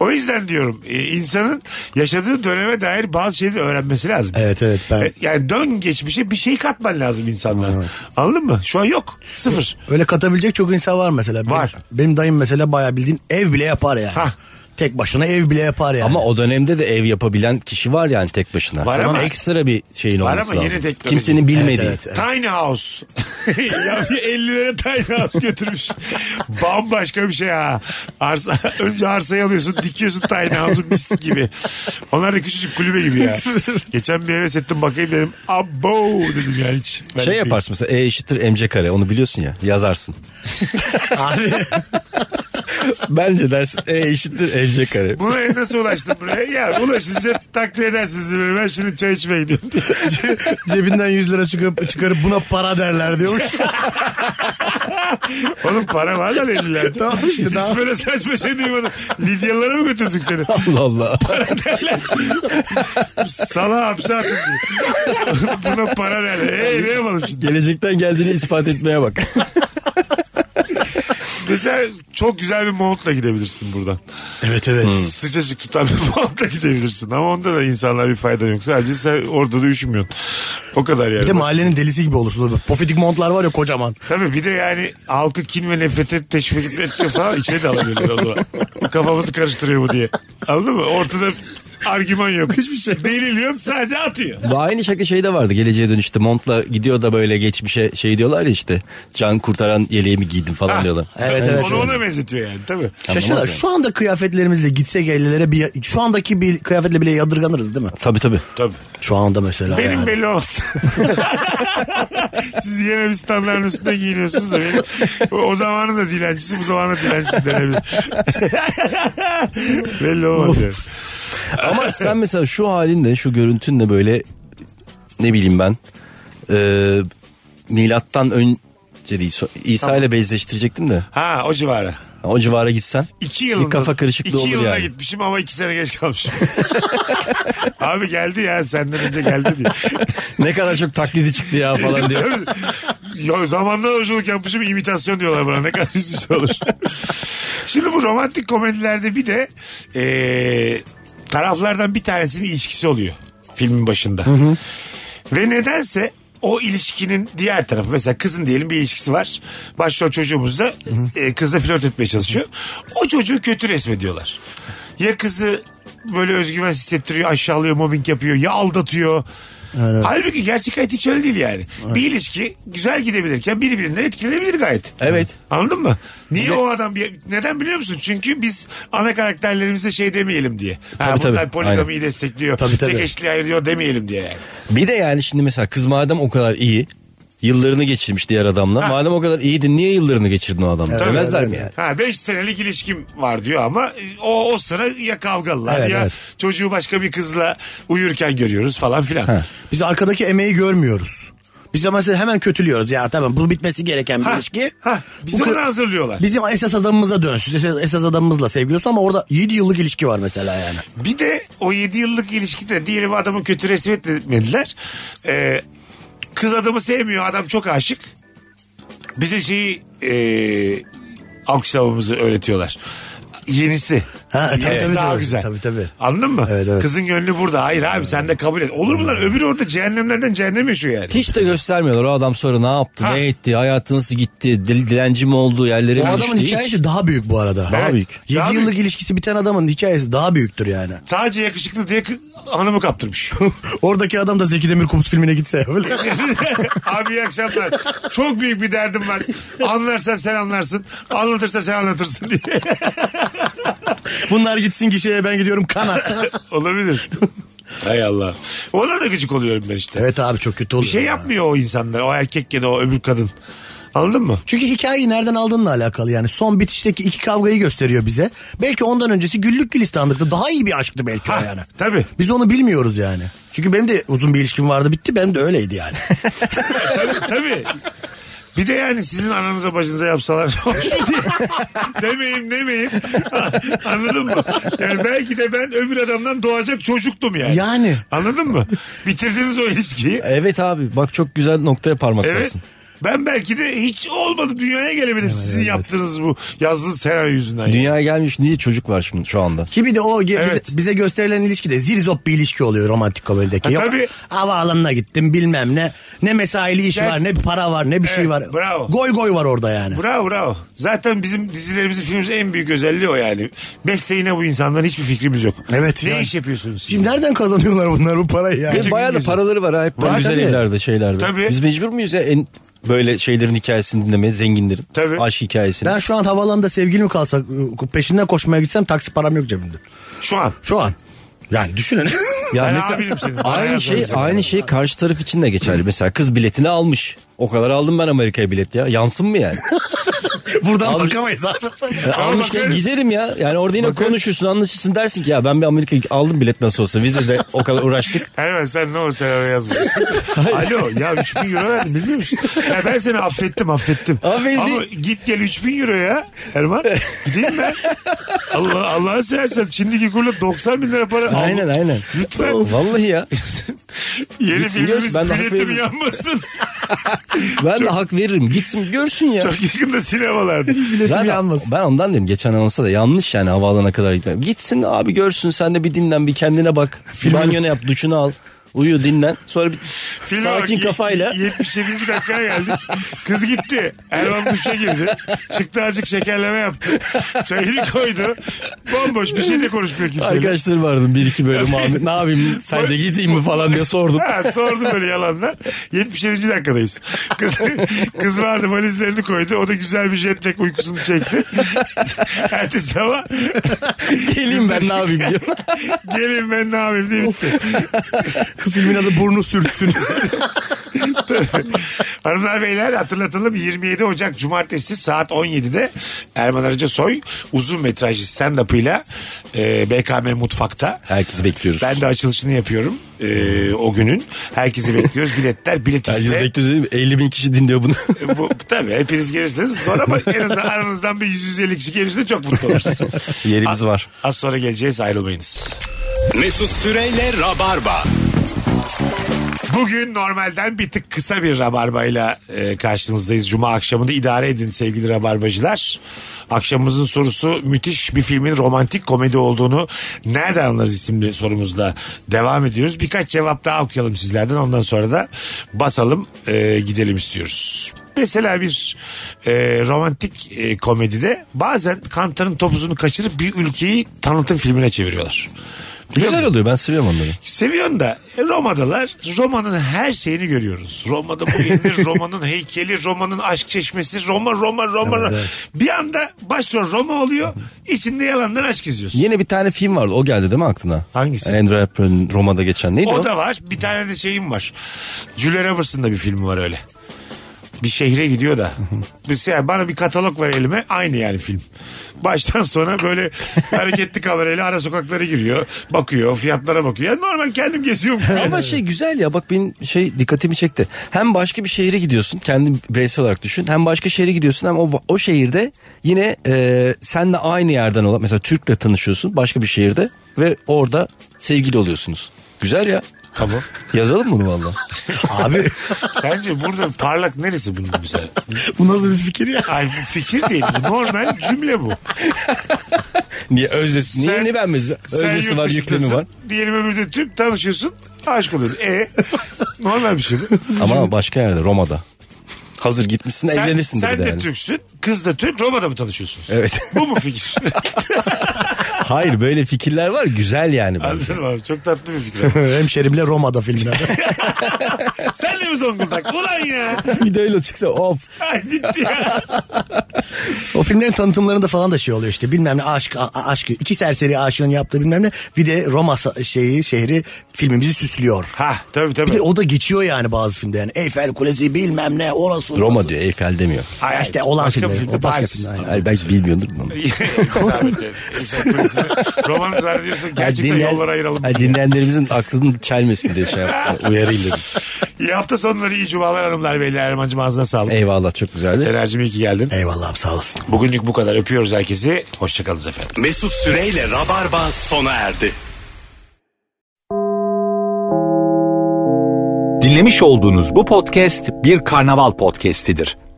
[SPEAKER 3] O yüzden diyorum e, insanın yaşadığı döneme dair bazı şeyleri öğrenmesi lazım.
[SPEAKER 5] Evet evet ben
[SPEAKER 3] E, Yani dön geçmişe bir şey katman lazım insanlara. Anladın mı? Şu an yok. Sıfır.
[SPEAKER 5] öyle katabilecek çok insan var mesela. Benim-
[SPEAKER 3] Var.
[SPEAKER 5] Benim, dayım mesela bayağı bildiğin ev bile yapar yani.
[SPEAKER 3] Hah.
[SPEAKER 5] Tek başına ev bile yapar yani.
[SPEAKER 4] Ama o dönemde de ev yapabilen kişi var yani tek başına.
[SPEAKER 3] Var
[SPEAKER 4] Sana
[SPEAKER 3] ama-
[SPEAKER 4] ekstra bir şeyin
[SPEAKER 3] Var
[SPEAKER 4] olması
[SPEAKER 3] ama yeni
[SPEAKER 4] lazım.
[SPEAKER 3] teknoloji.
[SPEAKER 4] Kimsenin bilmediği.
[SPEAKER 5] Evet, evet.
[SPEAKER 3] Tiny House. ya bir 50'lere Tiny House götürmüş. Bambaşka bir şey ha. Arsa, önce arsayı alıyorsun dikiyorsun Tiny House'u mis gibi. Onlar da küçücük kulübe gibi ya. Geçen bir heves ettim bakayım dedim. Abo dedim yani hiç. Ben
[SPEAKER 4] Şey
[SPEAKER 3] de-
[SPEAKER 4] yaparsın mesela E eşittir MC kare onu biliyorsun ya yazarsın.
[SPEAKER 5] Abi
[SPEAKER 4] Bence dersin E eşittir MC kare.
[SPEAKER 3] Buraya nasıl ulaştım buraya? Ya ulaşınca takdir edersiniz beni. Ben şimdi çay içmeye gidiyorum.
[SPEAKER 5] cebinden 100 lira çıkıp çıkarıp buna para derler diyormuş.
[SPEAKER 3] Oğlum para var da elinde.
[SPEAKER 5] Tamam işte,
[SPEAKER 3] Hiç
[SPEAKER 5] tamam.
[SPEAKER 3] böyle saçma şey duymadım. Lidyalılara mı götürdük seni?
[SPEAKER 4] Allah Allah.
[SPEAKER 3] Sala hapse atın diye. Buna para derler. Ee, ne yapalım şimdi?
[SPEAKER 4] Gelecekten geldiğini ispat etmeye bak.
[SPEAKER 3] Mesela çok güzel bir montla gidebilirsin buradan.
[SPEAKER 5] evet evet.
[SPEAKER 3] Hmm. Sıcacık tutan bir montla gidebilirsin. Ama onda da insanlar bir fayda yok. Sadece sen orada da üşümüyorsun. O kadar yani.
[SPEAKER 5] Bir de mahallenin delisi gibi olursun. Pofidik montlar var ya kocaman.
[SPEAKER 3] Tabii bir de yani halkı kin ve nefrete teşvik etmiyor falan içeri de alabilirler o zaman. Kafamızı karıştırıyor bu diye. Anladın mı? Ortada argüman yok. Hiçbir şey. Delil yok sadece atıyor.
[SPEAKER 4] Bu aynı şaka şeyde vardı geleceğe dönüşte montla gidiyor da böyle geçmişe şey diyorlar ya işte can kurtaran yeleğimi giydim
[SPEAKER 3] Ah.
[SPEAKER 4] falan diyorlar.
[SPEAKER 5] Evet evet.
[SPEAKER 3] Onu ona benzetiyor yani tabii.
[SPEAKER 5] Şaşırlar.
[SPEAKER 4] yani.
[SPEAKER 5] Şu anda kıyafetlerimizle gitsek ellilere bir şu andaki bir kıyafetle bile yadırganırız değil mi?
[SPEAKER 4] Tabii tabii.
[SPEAKER 3] Tabii.
[SPEAKER 5] Şu anda mesela
[SPEAKER 3] Benim
[SPEAKER 5] yani.
[SPEAKER 3] belli olmaz. Siz yine bir standartın üstünde giyiniyorsunuz da benim. O zamanın da dilencisi bu zamanın da dilencisi denebilir. belli olmaz yani.
[SPEAKER 4] Ama sen mesela şu halinle şu görüntünle böyle ne bileyim ben e, milattan önce değil so- İsa ile benzeştirecektim de
[SPEAKER 3] Ha o civarı.
[SPEAKER 4] o civara gitsen
[SPEAKER 3] İki yılında,
[SPEAKER 4] bir kafa karışıklığı
[SPEAKER 3] iki
[SPEAKER 4] olur
[SPEAKER 3] yılına
[SPEAKER 4] yani.
[SPEAKER 3] gitmişim ama iki sene geç kalmışım. Abi geldi ya senden önce geldi diye.
[SPEAKER 4] ne kadar çok taklidi çıktı ya falan diye.
[SPEAKER 3] ya zamanda hocalık yapmışım imitasyon diyorlar bana ne kadar üzücü olur. Şimdi bu romantik komedilerde bir de eee, taraflardan bir tanesinin ilişkisi oluyor filmin başında. Ve nedense o ilişkinin diğer tarafı mesela kızın diyelim bir ilişkisi var. Başrol çocuğumuz da e, kızla flört etmeye çalışıyor. O çocuğu kötü resmediyorlar. Ya kızı böyle özgüven hissettiriyor, aşağılıyor, mobbing yapıyor ya aldatıyor. Halbuki gerçek hayat hiç öyle değil yani. Bir ilişki güzel gidebilirken birbirinden etkilenebilir gayet.
[SPEAKER 4] Evet.
[SPEAKER 3] Anladın mı? Niye o adam bir- neden biliyor musun? Çünkü biz ana karakterlerimize şey demeyelim diye. Ha,
[SPEAKER 4] Tabii, tabii.
[SPEAKER 3] bunlar poligamiyi destekliyor.
[SPEAKER 5] Tabii, tabii.
[SPEAKER 3] Tek eşliğe ayırıyor demeyelim diye yani.
[SPEAKER 4] Bir de yani şimdi mesela kız madem o kadar iyi yıllarını geçirmiş diğer adamla.
[SPEAKER 3] Ha.
[SPEAKER 4] Madem o kadar iyiydi niye yıllarını geçirdin o adamla?
[SPEAKER 3] Tabii.
[SPEAKER 4] Demezler mi yani?
[SPEAKER 3] Ha 5 senelik ilişkim var diyor ama e, o o sıra ya kavgalılar
[SPEAKER 5] Evet,
[SPEAKER 3] ya
[SPEAKER 5] evet.
[SPEAKER 3] çocuğu başka bir kızla uyurken görüyoruz falan filan.
[SPEAKER 5] Biz arkadaki emeği görmüyoruz. Biz de mesela hemen kötülüyoruz. Ya tamam bu bitmesi gereken bir
[SPEAKER 3] Ha,
[SPEAKER 5] ilişki.
[SPEAKER 3] ha, bizi
[SPEAKER 5] Bu kı-
[SPEAKER 3] buna hazırlıyorlar.
[SPEAKER 5] Bizim esas adamımıza dönsün. Esas, esas adamımızla sevgili olsun ama orada 7 yıllık ilişki var mesela yani.
[SPEAKER 3] Bir de o 7 yıllık ilişkide diyelim adamı kötü resim etmediler. Ee, kız adamı sevmiyor adam çok aşık. Bize şeyi e, alkışlamamızı öğretiyorlar. Yenisi.
[SPEAKER 5] Ha, tabii,
[SPEAKER 3] Yenisi
[SPEAKER 5] tabii,
[SPEAKER 3] daha
[SPEAKER 5] tabii.
[SPEAKER 3] güzel.
[SPEAKER 5] Tabii, tabii.
[SPEAKER 3] Anladın mı?
[SPEAKER 5] Evet, Hmm. evet.
[SPEAKER 3] Kızın gönlü burada. Hayır abi sen de kabul et. Olur mu lan? Öbürü orada cehennemlerden cehennem yaşıyor yani.
[SPEAKER 4] Hiç de göstermiyorlar o adam sonra ne yaptı,
[SPEAKER 3] Ha.
[SPEAKER 4] ne etti, hayatı nasıl gitti, dil, dilenci mi oldu, yerlere
[SPEAKER 5] O
[SPEAKER 4] mi
[SPEAKER 5] adamın
[SPEAKER 4] düştü hiç.
[SPEAKER 5] hikayesi daha büyük bu arada.
[SPEAKER 3] Evet.
[SPEAKER 4] Daha büyük.
[SPEAKER 5] 7
[SPEAKER 3] Daha
[SPEAKER 5] yıllık
[SPEAKER 3] büyük.
[SPEAKER 5] ilişkisi biten adamın hikayesi daha büyüktür yani.
[SPEAKER 3] Sadece yakışıklı diye kı- hanımı kaptırmış.
[SPEAKER 5] Oradaki adam da Zeki Demirkubuz filmine gitse. Öyle.
[SPEAKER 3] Abi iyi akşamlar. Çok büyük bir derdim var. Anlarsan sen anlarsın. Anlatırsan sen anlatırsın diye.
[SPEAKER 5] Bunlar gitsin gişeye ben gidiyorum kana.
[SPEAKER 3] Olabilir. Hay Allah. Ona da gıcık oluyorum ben işte.
[SPEAKER 5] evet abi çok kötü oluyor.
[SPEAKER 3] Bir şey
[SPEAKER 5] ya.
[SPEAKER 3] yapmıyor o insanlar. O erkek ya da o öbür kadın. Anladın mı?
[SPEAKER 5] Çünkü hikayeyi nereden aldığınla alakalı yani. Son bitişteki iki kavgayı gösteriyor bize. Belki ondan öncesi güllük gülistanlıktı. Daha iyi bir aşktı belki
[SPEAKER 3] Ha,
[SPEAKER 5] o yani.
[SPEAKER 3] tabii.
[SPEAKER 5] Biz onu bilmiyoruz yani. Çünkü benim de uzun bir ilişkim vardı bitti. Benim de öyleydi yani.
[SPEAKER 3] tabii tabii. Bir de yani sizin ananıza bacınıza yapsalar hoş mu diye. demeyim demeyim. Anladın mı? Yani belki de ben öbür adamdan doğacak çocuktum yani.
[SPEAKER 5] Yani.
[SPEAKER 3] Anladın mı? Bitirdiniz o ilişkiyi.
[SPEAKER 4] Evet abi bak çok güzel noktaya parmak
[SPEAKER 3] Evet.
[SPEAKER 4] bastın.
[SPEAKER 3] Ben belki de hiç olmadım dünyaya gelemedim sizin yaptığınız bu yazdığınız senaryo yüzünden. ya.
[SPEAKER 4] Dünyaya gelmiş niye çocuk var şimdi şu anda?
[SPEAKER 5] Ki bir de o ge-
[SPEAKER 3] Evet.
[SPEAKER 5] bize, bize gösterilen ilişki de zirzop bir ilişki oluyor romantik komedideki.
[SPEAKER 3] Ha,
[SPEAKER 5] Yok,
[SPEAKER 3] tabii.
[SPEAKER 5] havaalanına gittim bilmem ne. Ne mesaili iş
[SPEAKER 3] Evet.
[SPEAKER 5] var ne para var ne bir şey
[SPEAKER 3] Evet,
[SPEAKER 5] var.
[SPEAKER 3] bravo.
[SPEAKER 5] Goy goy var orada yani.
[SPEAKER 3] Bravo bravo. Zaten bizim dizilerimizin filmimizin en büyük özelliği o yani. Mesleğine bu insanların hiçbir fikrimiz yok.
[SPEAKER 5] Evet,
[SPEAKER 3] Ne
[SPEAKER 5] yani.
[SPEAKER 3] iş yapıyorsunuz? siz?
[SPEAKER 5] Şimdi nereden kazanıyorlar bunlar bu parayı yani?
[SPEAKER 4] Ve bayağı da paraları var ha hep böyle
[SPEAKER 5] Var
[SPEAKER 4] güzel
[SPEAKER 5] tabii.
[SPEAKER 4] evlerde şeylerde.
[SPEAKER 3] Tabii.
[SPEAKER 4] Biz mecbur muyuz ya en böyle şeylerin hikayesini dinlemeye zenginlerin?
[SPEAKER 3] Tabii.
[SPEAKER 4] Aşk hikayesini.
[SPEAKER 5] Ben şu an havaalanında sevgilim kalsa e, peşinden koşmaya gitsem taksi param yok cebimde.
[SPEAKER 3] Şu an.
[SPEAKER 5] Şu an. Yani düşünün.
[SPEAKER 4] Ya
[SPEAKER 3] Ben abinim senin. Bana
[SPEAKER 4] aynı şey
[SPEAKER 3] yazmanız yok.
[SPEAKER 4] aynı şey karşı taraf için de geçerli. Mesela kız biletini almış. O kadar aldım ben Amerika'ya bilet ya. Yansın mı yani?
[SPEAKER 5] Buradan bakamayız abi.
[SPEAKER 4] Yani almışken
[SPEAKER 3] bakarız.
[SPEAKER 4] giderim ya. Yani orada yine konuşursun anlaşırsın dersin ki ya ben bir Amerika'ya aldım bilet nasıl olsa. Vizede o kadar uğraştık.
[SPEAKER 3] Hemen sen ne olur senaryo yazma. Alo ya 3000 euro verdim bilmiyor musun? Ya ben seni affettim affettim.
[SPEAKER 4] Affetti.
[SPEAKER 3] Ama git gel 3000 euro ya Erman. Gideyim ben. Allah, Allah'ını seversen şimdiki kurla 90 bin lira para. al.
[SPEAKER 4] Aynen aynen.
[SPEAKER 3] Lütfen.
[SPEAKER 4] Vallahi ya.
[SPEAKER 3] Yeni
[SPEAKER 4] Gitsin
[SPEAKER 3] filmimiz
[SPEAKER 4] görsün, ben de hak
[SPEAKER 3] biletim
[SPEAKER 4] veririm.
[SPEAKER 3] yanmasın.
[SPEAKER 4] Ben de hak veririm. Gitsin görsün ya.
[SPEAKER 3] Çok yakında sinemalarda.
[SPEAKER 5] Biletim
[SPEAKER 4] Zaten
[SPEAKER 5] yanmasın.
[SPEAKER 4] Ben ondan dedim geçen anonsa da yanlış yani havaalanına kadar gitmem. Gitsin abi görsün sen de bir dinlen bir kendine bak. Bir Banyonu yap duşunu al. Uyu dinlen. Sonra bir
[SPEAKER 3] Filme bak,
[SPEAKER 4] sakin
[SPEAKER 3] ye-
[SPEAKER 4] kafayla.
[SPEAKER 3] 77. dakikaya geldik. Kız gitti. Erman duşa girdi. Çıktı azıcık şekerleme yaptı. Çayını koydu. Bomboş bir şey de konuşmuyor kimseyle.
[SPEAKER 4] Arkadaşlar vardım bir iki bölüm abi. Ne yapayım sence gideyim mi falan diye sordum.
[SPEAKER 3] Ha, sordum böyle yalanla. 77. dakikadayız. Kız, kız vardı valizlerini koydu. O da güzel bir jet lag uykusunu çekti. Ertesi sabah
[SPEAKER 4] Geleyim ben ne yapayım diyor.
[SPEAKER 3] gelin ben ne yapayım diye bitti.
[SPEAKER 5] Filmin adı burnu sürtsün.
[SPEAKER 3] Hanımlar beyler hatırlatalım 27 Ocak Cumartesi saat 17'de Erman Arıca Soy uzun metrajlı stand-up'ıyla e, BKM Mutfak'ta.
[SPEAKER 4] Herkesi bekliyoruz.
[SPEAKER 3] Ben de açılışını yapıyorum e, o günün. Herkesi bekliyoruz. Biletler bilet
[SPEAKER 4] Herkes
[SPEAKER 3] X'de.
[SPEAKER 4] bekliyoruz değil mi? 50 bin kişi dinliyor bunu.
[SPEAKER 3] E, Bu, tabii hepiniz gelirseniz sonra ama en azından aranızdan bir 150 kişi gelirse çok mutlu oluruz.
[SPEAKER 4] Yerimiz var.
[SPEAKER 3] Az sonra geleceğiz ayrılmayınız.
[SPEAKER 2] Mesut Süreyle Rabarba.
[SPEAKER 3] Bugün normalden bir tık kısa bir rabarbayla e, karşınızdayız. Cuma akşamında idare edin sevgili rabarbacılar. Akşamımızın sorusu müthiş bir filmin romantik komedi olduğunu nereden anlarız isimli sorumuzla devam ediyoruz. Birkaç cevap daha okuyalım sizlerden ondan sonra da basalım e, gidelim istiyoruz. Mesela bir e, romantik e, komedide bazen kantarın topuzunu kaçırıp bir ülkeyi tanıtım filmine çeviriyorlar. Biliyor musun?
[SPEAKER 4] Güzel oluyor ben seviyorum onları.
[SPEAKER 3] Seviyorsun da e, Roma'dalar. Roma'nın her şeyini görüyoruz. Roma'da bu yenir, Roma'nın heykeli, Roma'nın aşk çeşmesi, Roma, Roma, Roma. Bir anda başrol Roma oluyor. İçinde yalandan aşk izliyorsun.
[SPEAKER 4] Yine bir tane film vardı o geldi değil mi aklına?
[SPEAKER 3] Hangisi?
[SPEAKER 4] Andrew Hepburn'un Roma'da geçen neydi o?
[SPEAKER 3] O da var. Bir tane de şeyim var. Julia Roberts'ın da bir filmi var öyle. Bir şehre gidiyor da. Bir şey, bana bir katalog ver elime. Aynı yani film. Baştan sona böyle hareketli kamerayla ara sokaklara giriyor. Bakıyor, fiyatlara bakıyor. Yani normal kendim geziyorum.
[SPEAKER 4] Ama şey güzel ya bak benim şey dikkatimi çekti. Hem başka bir şehre gidiyorsun kendin bireysel olarak düşün. Hem başka şehre gidiyorsun hem o, o şehirde yine e, senle aynı yerden olan mesela Türk'le tanışıyorsun başka bir şehirde ve orada sevgili oluyorsunuz. Güzel ya.
[SPEAKER 3] Tamam.
[SPEAKER 4] Yazalım bunu valla.
[SPEAKER 5] abi
[SPEAKER 3] Sence burada parlak neresi bunun bize?
[SPEAKER 5] bu nasıl bir fikir ya?
[SPEAKER 3] Ay bu fikir değil. Bu normal cümle bu.
[SPEAKER 4] Niye özdesi? Niye ne ben mesela? Özdesi
[SPEAKER 3] yurt
[SPEAKER 4] var yüklü mü
[SPEAKER 3] dışındasın.
[SPEAKER 4] var?
[SPEAKER 3] Diyelim öbürde Türk tanışıyorsun. Aşk oluyor. E normal bir şey bu.
[SPEAKER 4] Ama başka yerde Roma'da. Hazır gitmişsin
[SPEAKER 3] Sen,
[SPEAKER 4] evlenirsin
[SPEAKER 3] sen
[SPEAKER 4] bir
[SPEAKER 3] de
[SPEAKER 4] yani.
[SPEAKER 3] Türksün. Kız da Türk. Roma'da mı tanışıyorsunuz?
[SPEAKER 4] Evet.
[SPEAKER 3] Bu mu fikir?
[SPEAKER 4] Hayır böyle fikirler var güzel yani bence.
[SPEAKER 3] Anladın mı? abi? Çok tatlı bir fikir.
[SPEAKER 5] Hemşerimle Roma'da filmde.
[SPEAKER 3] sen de mi Zonguldak? Ulan ya.
[SPEAKER 4] bir de öyle çıksa of.
[SPEAKER 3] Ay bitti ya.
[SPEAKER 5] o filmlerin tanıtımlarında falan da şey oluyor işte bilmem ne aşk a- a- aşkı iki serseri aşığın yaptığı bilmem ne bir de Roma sa- şeyi şehri filmimizi süslüyor.
[SPEAKER 3] Ha tabii tabii.
[SPEAKER 5] Bir de o da geçiyor yani bazı filmde yani Eyfel Kulesi bilmem ne orası.
[SPEAKER 4] Roma
[SPEAKER 5] orası.
[SPEAKER 4] diyor Eyfel demiyor.
[SPEAKER 5] Ha, işte olan
[SPEAKER 3] Başka bir
[SPEAKER 5] filmler. o başka
[SPEAKER 3] Paris.
[SPEAKER 5] filmler, aynen.
[SPEAKER 4] Hayır belki bilmiyordur bunu.
[SPEAKER 3] Zahmet yani. İnsan polisine Romanı zannediyorsun gerçekten
[SPEAKER 4] dinleyen-
[SPEAKER 3] yollara ayıralım.
[SPEAKER 4] Ha, dinleyenlerimizin aklını çelmesin diye şey yaptı. Uyarayım dedim.
[SPEAKER 3] İyi hafta sonları iyi cumalar hanımlar beyler. Erman'cım ağzına sağlık.
[SPEAKER 4] Eyvallah çok güzeldi.
[SPEAKER 3] Cener'cim iyi ki geldin.
[SPEAKER 5] Eyvallah abi sağ olasın.
[SPEAKER 3] Bugünlük bu kadar. Öpüyoruz herkesi. Hoşçakalınız efendim.
[SPEAKER 2] Mesut Süreyle Rabarba sona erdi.
[SPEAKER 1] Dinlemiş olduğunuz bu podcast bir karnaval podcastidir.